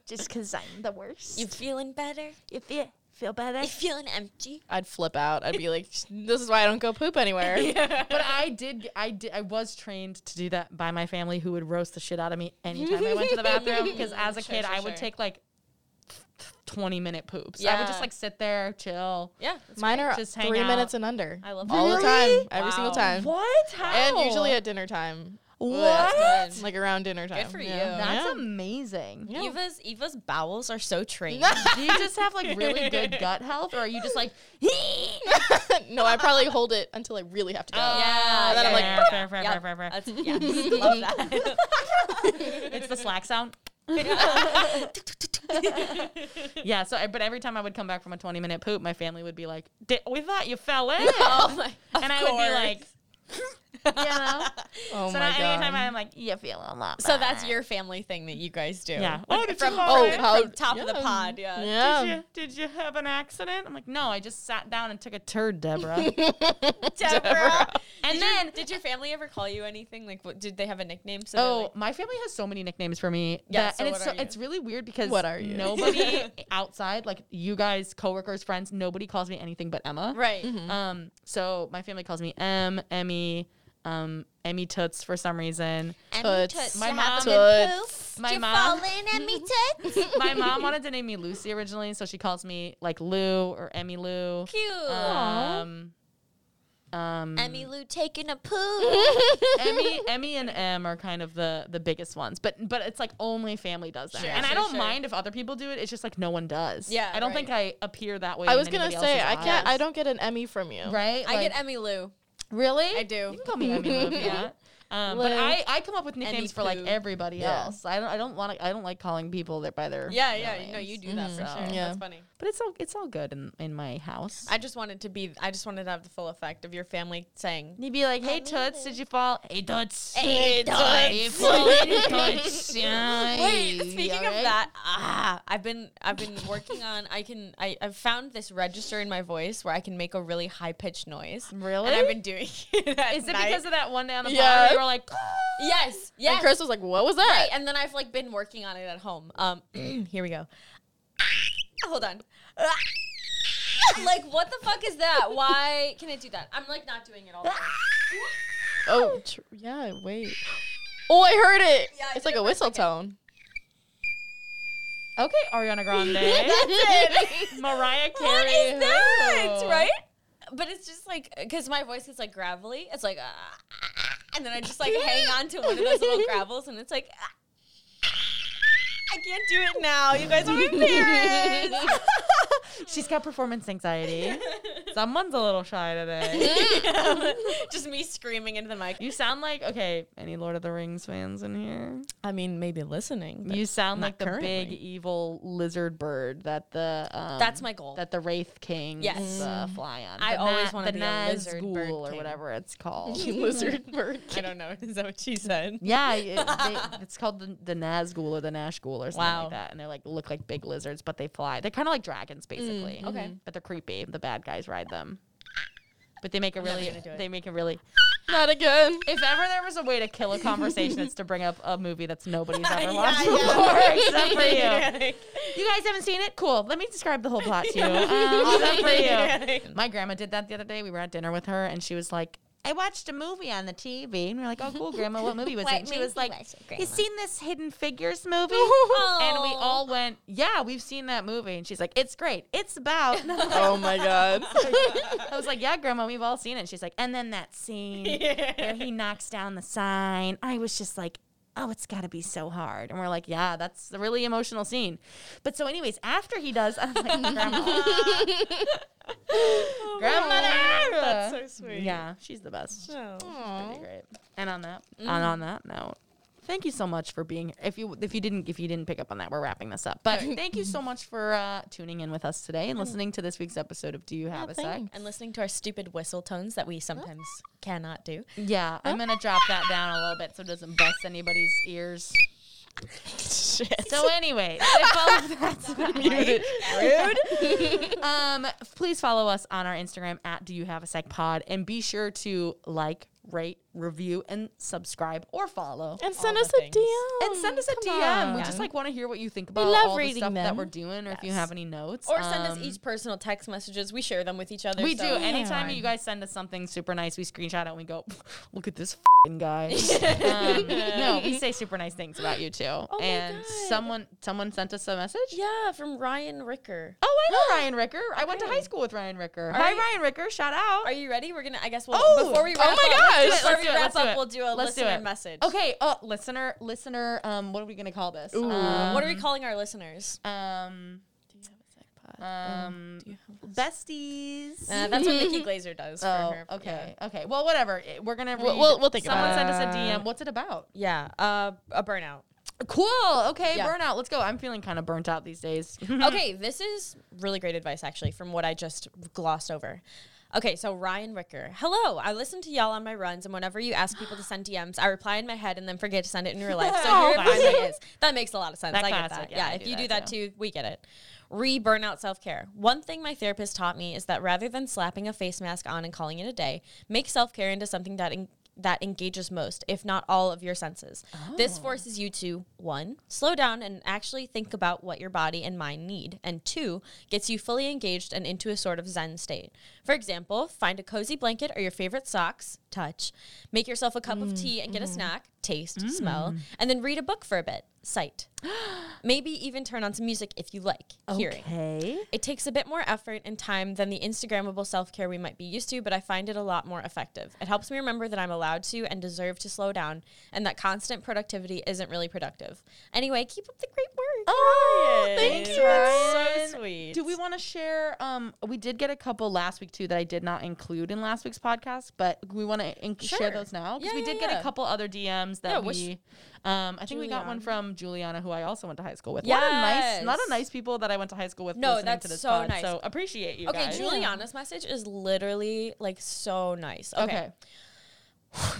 Speaker 3: Just because I'm the worst.
Speaker 2: you feeling better?
Speaker 3: You feel, feel better.
Speaker 2: You feeling empty?
Speaker 4: I'd flip out. I'd be like, "This is why I don't go poop anywhere."
Speaker 3: But I did, g- I did, I was trained to do that by my family, who would roast the shit out of me anytime I went to the bathroom. Because as a
Speaker 2: Sure,
Speaker 3: kid,
Speaker 2: sure,
Speaker 3: I
Speaker 2: sure.
Speaker 3: would take like twenty minute poops. I would
Speaker 2: Yeah.
Speaker 3: just like sit there, chill.
Speaker 2: Yeah, that's
Speaker 4: Mine are
Speaker 3: Just hang
Speaker 4: three
Speaker 3: out.
Speaker 4: minutes and under.
Speaker 2: I love
Speaker 4: all
Speaker 2: that.
Speaker 4: the time,
Speaker 3: Really?
Speaker 4: every single
Speaker 2: Wow.
Speaker 4: time,
Speaker 3: What? How?
Speaker 4: and usually at dinner time,
Speaker 3: what?
Speaker 2: good.
Speaker 4: like around dinner time.
Speaker 2: for
Speaker 4: Yeah.
Speaker 2: you.
Speaker 3: That's
Speaker 4: Yeah.
Speaker 3: amazing.
Speaker 4: Yeah.
Speaker 2: Eva's Eva's bowels are so trained.
Speaker 3: Do you just have like really good gut health, or are you just like?
Speaker 4: no, I probably hold it until I really have to go.
Speaker 2: Oh, yeah,
Speaker 4: then I'm like,
Speaker 2: yeah,
Speaker 3: fair, fair,
Speaker 2: yeah.
Speaker 3: fair, fair, fair.
Speaker 2: That's, yeah, love that.
Speaker 3: it's the slack sound. yeah, so I, but every time I would come back from a 20 minute poop, my family would be like, D- "We thought you fell in," and I would be like, "You know."
Speaker 4: Oh
Speaker 3: so
Speaker 4: my
Speaker 3: now anytime
Speaker 4: god.
Speaker 3: I'm like, "You feel a lot,"
Speaker 2: So that's your family thing that you guys do.
Speaker 3: yeah.
Speaker 2: Like,
Speaker 3: oh, did
Speaker 2: from
Speaker 3: you fall
Speaker 4: Oh,
Speaker 3: in?
Speaker 4: how
Speaker 2: from top of the
Speaker 4: yeah.
Speaker 2: pod, yeah.
Speaker 4: Yeah.
Speaker 3: Did you, did you have an accident? I'm like, no, I just sat down and took a turd, Deborah. and
Speaker 2: Deborah. Did your-
Speaker 3: then
Speaker 2: did your family ever call you anything? Like, what, did they have a nickname? So they're
Speaker 3: Oh,
Speaker 2: like-
Speaker 3: my family has so many nicknames for me.
Speaker 2: Yeah,
Speaker 3: that-
Speaker 2: so
Speaker 3: and
Speaker 2: what
Speaker 3: it's so,
Speaker 2: are you?
Speaker 3: it's really weird because
Speaker 4: What are you?
Speaker 3: Nobody outside, like you guys, coworkers, friends, nobody calls me anything but Emma.
Speaker 2: right.
Speaker 4: Mm-hmm.
Speaker 3: Um, so my family calls me Em, Emmy, um, Emmy Toots for some reason.
Speaker 4: Toots.
Speaker 3: My mom,
Speaker 4: Toots.
Speaker 3: my mom, my mom wanted to name me Lucy originally, so she calls me like Lou or Emmy Lou.
Speaker 2: Cute.
Speaker 3: Um, um,
Speaker 2: Emmy Lou taking a poo.
Speaker 3: Emmy, Emmy, and M are kind of the the biggest ones, but but it's like only family does that,
Speaker 2: Sure,
Speaker 3: and I
Speaker 2: sure,
Speaker 3: don't
Speaker 2: sure.
Speaker 3: mind if other people do it. It's just like no one does.
Speaker 2: Yeah,
Speaker 3: I don't
Speaker 2: right.
Speaker 3: think I appear that way.
Speaker 4: I
Speaker 3: in
Speaker 4: was gonna
Speaker 3: anybody
Speaker 4: say I
Speaker 3: else's
Speaker 4: can't. I
Speaker 3: eyes.
Speaker 4: don't get an Emmy from you.
Speaker 3: right.
Speaker 2: I get
Speaker 3: Like,
Speaker 2: Emmy Lou.
Speaker 3: really.
Speaker 2: I do.
Speaker 3: You can call me Emmy Lou if you want. Um, but
Speaker 4: Lou.
Speaker 3: I, I come up with nicknames
Speaker 2: Emmy
Speaker 3: for like
Speaker 2: Poo.
Speaker 3: everybody
Speaker 4: Yeah.
Speaker 3: else. I don't I don't want to, I don't like calling people that by their
Speaker 2: Yeah,
Speaker 3: real
Speaker 2: yeah. No,
Speaker 3: names. Mm-hmm.
Speaker 2: you do that Mm-hmm. for
Speaker 3: So-
Speaker 2: sure.
Speaker 4: Yeah.
Speaker 2: That's funny.
Speaker 3: But it's all it's all good in, in my house.
Speaker 2: I just wanted to be. I just wanted to have the full effect of your family saying.
Speaker 3: You'd be like, "Hey Toots, did you fall? Hey Toots,
Speaker 2: Hey,
Speaker 3: you fall in Toots." Wait,
Speaker 2: Wait, speaking of that, ah, I've been I've been working on. I can I I've found this register in my voice where I can make a really high pitched noise.
Speaker 3: Really?
Speaker 2: And I've been doing it. at
Speaker 3: Is it
Speaker 2: night.
Speaker 3: because of that one day on the
Speaker 4: Yeah.
Speaker 3: yeah. pod where you were like, "Ah,
Speaker 2: Yes.
Speaker 4: And
Speaker 2: Yes.
Speaker 4: Chris was like, "What was that?"
Speaker 2: Right, and then I've like been working on it at home. Um, here we go. Hold on. like, what the fuck is that? Why can it do that? I'm like not doing it all. the time.
Speaker 4: Oh, tr- yeah. Wait. Oh, I heard it.
Speaker 2: Yeah, I did
Speaker 4: it's like
Speaker 2: it for
Speaker 4: a
Speaker 2: a
Speaker 4: whistle
Speaker 2: second.
Speaker 4: tone.
Speaker 3: okay, Ariana Grande,
Speaker 4: it.
Speaker 3: Mariah Carey.
Speaker 2: What is that?
Speaker 3: who?
Speaker 2: Right? But it's just like because my voice is like gravelly. It's like, ah, and then I just like hang on to one of those little gravels, and it's like. ah, I can't do it now. You guys are my parents.
Speaker 3: She's got performance anxiety. Someone's a little shy today.
Speaker 2: Just me screaming into the mic.
Speaker 3: You sound like okay. Any Lord of the Rings fans in here?
Speaker 1: I mean, maybe listening. but
Speaker 3: you sound
Speaker 1: not
Speaker 3: like the big
Speaker 1: currently.
Speaker 3: evil lizard bird that the um,
Speaker 2: That's my goal.
Speaker 3: that the wraith kings
Speaker 2: Yes.
Speaker 3: uh, fly on.
Speaker 2: I
Speaker 3: The
Speaker 2: always
Speaker 3: Na- the
Speaker 2: wanna be a lizard
Speaker 3: Nazgul
Speaker 2: bird
Speaker 3: or
Speaker 2: king.
Speaker 3: whatever it's called.
Speaker 4: lizard bird.
Speaker 1: I don't know. Is that what she said?
Speaker 3: yeah, it- they- it's called the, the Nazgul or the Nashgul or something
Speaker 1: Wow.
Speaker 3: like that, and they're like look like big lizards, but they fly. They're kind of like dragons basically.
Speaker 2: Mm,
Speaker 3: Mm-hmm.
Speaker 2: okay.
Speaker 3: but they're creepy. The bad guys ride them, but they make a really
Speaker 2: gonna do it.
Speaker 3: they make a really
Speaker 4: Not again.
Speaker 3: If ever there was a way to kill a conversation, it's to bring up a movie that's nobody's ever
Speaker 2: Yeah,
Speaker 3: watched
Speaker 2: yeah.
Speaker 3: before, except for you. You guys haven't seen it? Cool. Let me describe the whole plot to you. Um, except for you. My grandma did that the other day. We were at dinner with her, and she was like, I watched a movie on the TV, and we were like, "Oh, cool, Grandma! What movie was it?" And she was like, "You seen this Hidden Figures movie?" And we all went, "Yeah, we've seen that movie." And she's like, "It's great. It's about." And I was like-
Speaker 1: Oh my god.
Speaker 3: I was like, "Yeah, Grandma, we've all seen it." And she's like, "And then that scene where he knocks down the sign. I was just like, oh, it's got to be so hard. And we're like, yeah, that's a really emotional scene. But so, anyways, after he does, I'm like, grandma.
Speaker 1: Oh
Speaker 3: Grandmother.
Speaker 1: That's so sweet.
Speaker 3: yeah, she's the best.
Speaker 1: Oh.
Speaker 3: Pretty great. And on that,
Speaker 1: Mm-hmm.
Speaker 3: and on that note. Thank you so much for being here. If you if you didn't if you didn't pick up on that, we're wrapping this up. But thank you so much for uh, tuning in with us today and
Speaker 1: Mm.
Speaker 3: listening to this week's episode of Do You Have a Sec?
Speaker 2: And listening to our stupid whistle tones that we sometimes cannot do.
Speaker 3: Yeah, I'm gonna drop that down a little bit so it doesn't bust anybody's ears. So, anyway, if all of that's not rude, um, please follow us on our Instagram at Do You Have a Sec Pod, and be sure to like, rate, review, and subscribe or follow.
Speaker 4: And send
Speaker 1: the
Speaker 4: us a
Speaker 1: things.
Speaker 4: DM.
Speaker 3: And send us a DM. We just like want to hear what you think about
Speaker 4: love
Speaker 3: all the
Speaker 4: reading
Speaker 3: stuff that
Speaker 4: them.
Speaker 3: we're doing, or if you
Speaker 2: Yes.
Speaker 3: have any notes,
Speaker 2: Or send us
Speaker 3: Um,
Speaker 2: each personal text messages. We share them with each other.
Speaker 3: We
Speaker 2: so-
Speaker 3: do. Anytime
Speaker 1: Yeah.
Speaker 3: you guys send us something super nice, we screenshot it and we go, look at this fing guy. um, no, we say super nice things about you too.
Speaker 2: Oh my
Speaker 3: and
Speaker 2: God.
Speaker 3: someone someone sent us a message.
Speaker 2: Yeah, from Ryan Ricker.
Speaker 3: Oh, I know Ryan Ricker. I went to high school with Ryan Ricker. Hi,
Speaker 2: right.
Speaker 3: Ryan Ricker. Shout out.
Speaker 2: Are you ready? We're gonna. I guess we'll.
Speaker 3: Oh!
Speaker 2: before we
Speaker 3: Oh
Speaker 2: wrap
Speaker 3: my
Speaker 2: up,
Speaker 3: gosh! Let's
Speaker 2: Before
Speaker 3: do
Speaker 2: we
Speaker 3: it,
Speaker 2: wrap
Speaker 3: let's do
Speaker 2: up,
Speaker 3: it.
Speaker 2: we'll do a
Speaker 3: Let's do
Speaker 2: listener
Speaker 3: it.
Speaker 2: message.
Speaker 3: okay. Oh, listener, listener. Um, what are we gonna call this? Um,
Speaker 2: What are we calling our listeners?
Speaker 3: Um, um, besties.
Speaker 2: Uh, that's what Nikki Glazer does.
Speaker 3: oh,
Speaker 2: for her.
Speaker 3: okay, okay. Well, whatever. It- We're gonna.
Speaker 4: We'll-
Speaker 3: read-
Speaker 4: we'll- we'll think
Speaker 3: Someone
Speaker 4: about it.
Speaker 3: sent us a DM. What's it about?
Speaker 2: Yeah. yeah uh, a burnout.
Speaker 3: Cool. Okay,
Speaker 2: Yeah.
Speaker 3: burnout. Let's go. I'm feeling kind of burnt out these days.
Speaker 2: okay, this is really great advice, actually, from what I just glossed over. Okay, so Ryan Ricker. Hello, I listen to y'all on my runs, and whenever you ask people to send DMs, I reply in my head and then forget to send it in real life. So here
Speaker 3: Classic.
Speaker 2: it is. That makes a lot of sense.
Speaker 3: That
Speaker 2: I get
Speaker 3: classic.
Speaker 2: that.
Speaker 3: Yeah,
Speaker 2: Yeah,
Speaker 3: I
Speaker 2: if
Speaker 3: do
Speaker 2: you do
Speaker 3: that
Speaker 2: that too, we get it. Re burnout self care. One thing my therapist taught me is that rather than slapping a face mask on and calling it a day, make self care into something that en- that engages most, if not all, of your senses. This
Speaker 3: Oh.
Speaker 2: forces you to one, slow down and actually think about what your body and mind need, and two, gets you fully engaged and into a sort of zen state. For example, find a cozy blanket or your favorite socks, touch, make yourself a cup of
Speaker 3: Mm,
Speaker 2: tea and get a
Speaker 3: mm-hmm.
Speaker 2: snack, taste, smell, and then read a book for a bit, sight. Maybe even turn on some music if you like, hearing.
Speaker 3: Okay.
Speaker 2: It takes a bit more effort and time than the Instagrammable self care we might be used to, but I find it a lot more effective. It helps me remember that I'm allowed to and deserve to slow down, and that constant productivity isn't really productive. Anyway, keep up the great work.
Speaker 3: Oh,
Speaker 2: Ryan.
Speaker 3: thank you,
Speaker 2: That's so
Speaker 3: Ryan.
Speaker 2: sweet.
Speaker 3: Do we want to share? Um, we did get a couple last week too that I did not include in last week's podcast, but we want to inc- share
Speaker 2: Sure.
Speaker 3: those now because
Speaker 2: Yeah,
Speaker 3: we
Speaker 2: yeah,
Speaker 3: did get a
Speaker 2: yeah.
Speaker 3: couple other DMs that
Speaker 2: Yeah,
Speaker 3: we.
Speaker 2: wish-
Speaker 3: um, I think we got one
Speaker 2: Juliana.
Speaker 3: from Juliana, who I also went to high school with. Yeah, nice, a lot of
Speaker 2: Yes.
Speaker 3: nice people that I went to high school with.
Speaker 2: No,
Speaker 3: listening
Speaker 2: that's
Speaker 3: to this
Speaker 2: so
Speaker 3: pod,
Speaker 2: nice.
Speaker 3: So appreciate you
Speaker 2: Okay,
Speaker 3: guys.
Speaker 2: Juliana's message is literally like so nice.
Speaker 3: Okay.
Speaker 2: okay.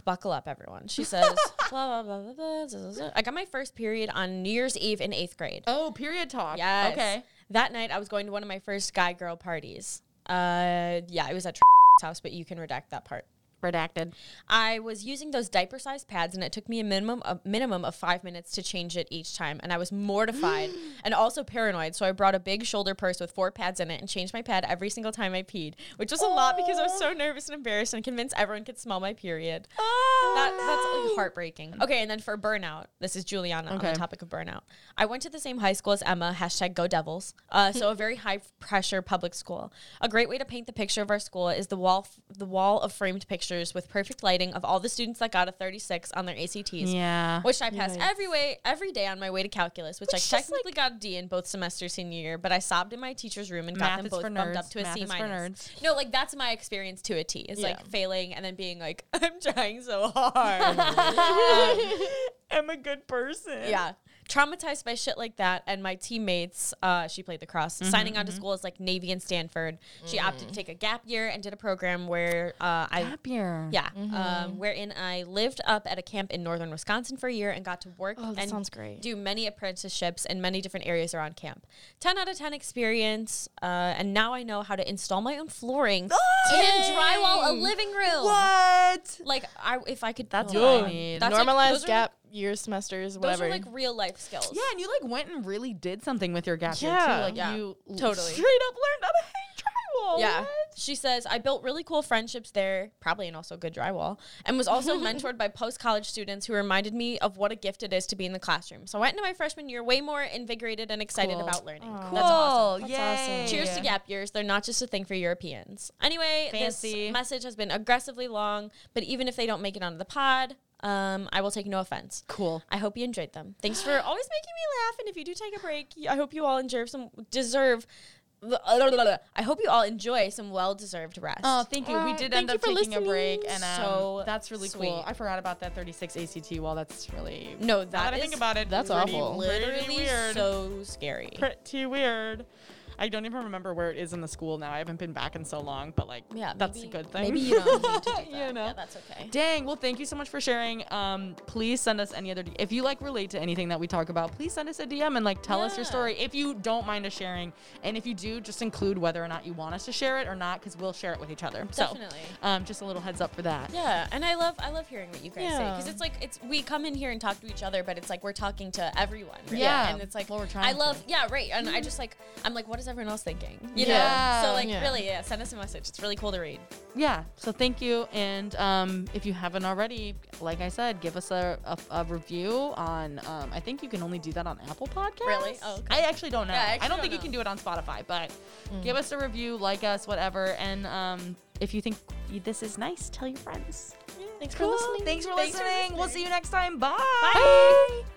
Speaker 2: buckle up, everyone. She says, blah, blah, blah, blah, blah, blah, blah, blah. I got my first period on New Year's Eve in eighth grade.
Speaker 3: Oh, period talk.
Speaker 2: Yes.
Speaker 3: Okay.
Speaker 2: That night, I was going to one of my first guy girl parties. Uh, yeah, it was at house, but you can redact that part.
Speaker 3: Redacted.
Speaker 2: I was using those diaper sized pads, and it took me a minimum a minimum of five minutes to change it each time. And I was mortified and also paranoid. So I brought a big shoulder purse with four pads in it and changed my pad every single time I peed, which was a lot because I was so nervous and embarrassed and convinced everyone could smell my period. that, that's like, heartbreaking. Okay, and then for burnout, this is Juliana on
Speaker 3: Okay.
Speaker 2: the topic of burnout. I went to the same high school as Emma, hashtag go devils. Uh, so a very high pressure public school. A great way to paint the picture of our school is the wall the wall of framed pictures with perfect lighting of all the students that got a 36 on their ACTs.
Speaker 3: Yeah.
Speaker 2: Which I passed every way every day on my way to calculus, which, I technically got a D in both semesters senior year, but I sobbed in my teacher's room and
Speaker 3: Math
Speaker 2: got them
Speaker 3: is
Speaker 2: both
Speaker 3: for
Speaker 2: bumped up
Speaker 3: nerds.
Speaker 2: to a
Speaker 3: Math
Speaker 2: C
Speaker 3: is for
Speaker 2: minus. No, like that's my experience to a T. It's
Speaker 4: Yeah.
Speaker 2: like failing and then being like, I'm trying so hard. Um,
Speaker 3: I'm a good person.
Speaker 2: yeah. Traumatized by shit like that, and my teammates, uh, she played lacrosse,
Speaker 3: Mm-hmm,
Speaker 2: signing on to schools like Navy and Stanford. She opted
Speaker 3: Mm.
Speaker 2: to take a gap year and did a program where uh, I
Speaker 3: Happier.
Speaker 2: yeah, um, wherein I lived up at a camp in northern Wisconsin for a year and got to work
Speaker 4: Oh, that
Speaker 2: and
Speaker 4: sounds great.
Speaker 2: do many apprenticeships in many different areas around camp. 10 out of 10 experience, uh, and now I know how to install my own flooring and drywall a living room.
Speaker 3: What?
Speaker 2: Like, I, if I could.
Speaker 3: That's
Speaker 2: oh
Speaker 3: what I
Speaker 2: my-
Speaker 3: need.
Speaker 2: That's like-
Speaker 4: Normalized
Speaker 2: those are
Speaker 4: gap year semesters
Speaker 2: Like, those
Speaker 4: whatever.
Speaker 2: are like real life skills.
Speaker 3: Yeah, and you like went and really did something with your gap year
Speaker 4: Yeah.
Speaker 3: too. Like
Speaker 2: Yeah.
Speaker 3: you l-
Speaker 2: Totally.
Speaker 3: straight up learned how to hang drywall.
Speaker 4: Yeah.
Speaker 3: What?
Speaker 2: She says, I built really cool friendships there, probably and also good drywall, and was also mentored by post college students who reminded me of what a gift it is to be in the classroom. So I went into my freshman year way more invigorated and excited
Speaker 4: Cool.
Speaker 2: about learning.
Speaker 4: Aw.
Speaker 2: That's awesome.
Speaker 3: Yay.
Speaker 2: Cheers to gap years. They're not just a thing for Europeans. Anyway,
Speaker 3: Fancy.
Speaker 2: this message has been aggressively long, but even if they don't make it onto the pod, um, I will take no offense.
Speaker 3: Cool.
Speaker 2: I hope you enjoyed them. Thanks for always making me laugh. And if you do take a break, y- I hope you all enjoy some deserve. I hope you all enjoy some well deserved rest.
Speaker 3: Oh, thank you. We did
Speaker 4: thank
Speaker 3: end
Speaker 4: you
Speaker 3: up
Speaker 4: for
Speaker 3: taking a
Speaker 4: listening.
Speaker 3: break, and um,
Speaker 2: So
Speaker 3: that's really cool.
Speaker 2: sweet.
Speaker 3: I forgot about that 36 ACT wall. That's really Now
Speaker 2: no,
Speaker 3: that
Speaker 2: that
Speaker 3: I
Speaker 2: is
Speaker 3: think about it,
Speaker 4: that's
Speaker 3: pretty-
Speaker 4: awful.
Speaker 3: pretty
Speaker 2: literally
Speaker 3: weird.
Speaker 2: so scary.
Speaker 3: pretty weird. I don't even remember where it is in the school now. I haven't been back in so long, but like,
Speaker 2: Yeah,
Speaker 3: that's
Speaker 2: maybe-
Speaker 3: a good thing.
Speaker 2: Maybe you don't need to do that.
Speaker 3: You know.
Speaker 2: Yeah, that's okay.
Speaker 3: Dang. Well, thank you so much for sharing. Um, please send us any other. If you like relate to anything that we talk about, please send us a DM and like tell us your
Speaker 2: Yeah.
Speaker 3: story. If you don't mind us sharing, and if you do, just include whether or not you want us to share it or not, because we'll share it with each other.
Speaker 2: Definitely.
Speaker 3: So, um, just a little heads up for that.
Speaker 2: Yeah, and I love I love hearing what you guys say. 'Cause say
Speaker 4: Yeah.
Speaker 2: because it's like it's we come in here and talk to each other, but it's like we're talking to everyone. really.
Speaker 3: Yeah.
Speaker 2: and it's like
Speaker 3: Well, we're
Speaker 2: I
Speaker 3: trying
Speaker 2: love
Speaker 3: to.
Speaker 2: yeah right, and I just like I'm like what is everyone else thinking? You
Speaker 3: Yeah.
Speaker 2: know, so like
Speaker 4: Yeah.
Speaker 2: really yeah, send us a message. It's really cool to read.
Speaker 3: yeah so thank you and um, if you haven't already like i said give us a, a, a review on um, i think you can only do that on apple podcast
Speaker 2: Really? Oh, okay.
Speaker 3: i actually don't know
Speaker 2: Yeah, I
Speaker 3: i,
Speaker 2: actually
Speaker 3: don't
Speaker 2: don't
Speaker 3: think you
Speaker 2: know. Mm.
Speaker 3: can do it on spotify but give us a review like us whatever and um, if you think this is nice tell your friends
Speaker 4: Thanks for listening.
Speaker 3: thanks for listening, we'll see you next time bye.
Speaker 2: Bye.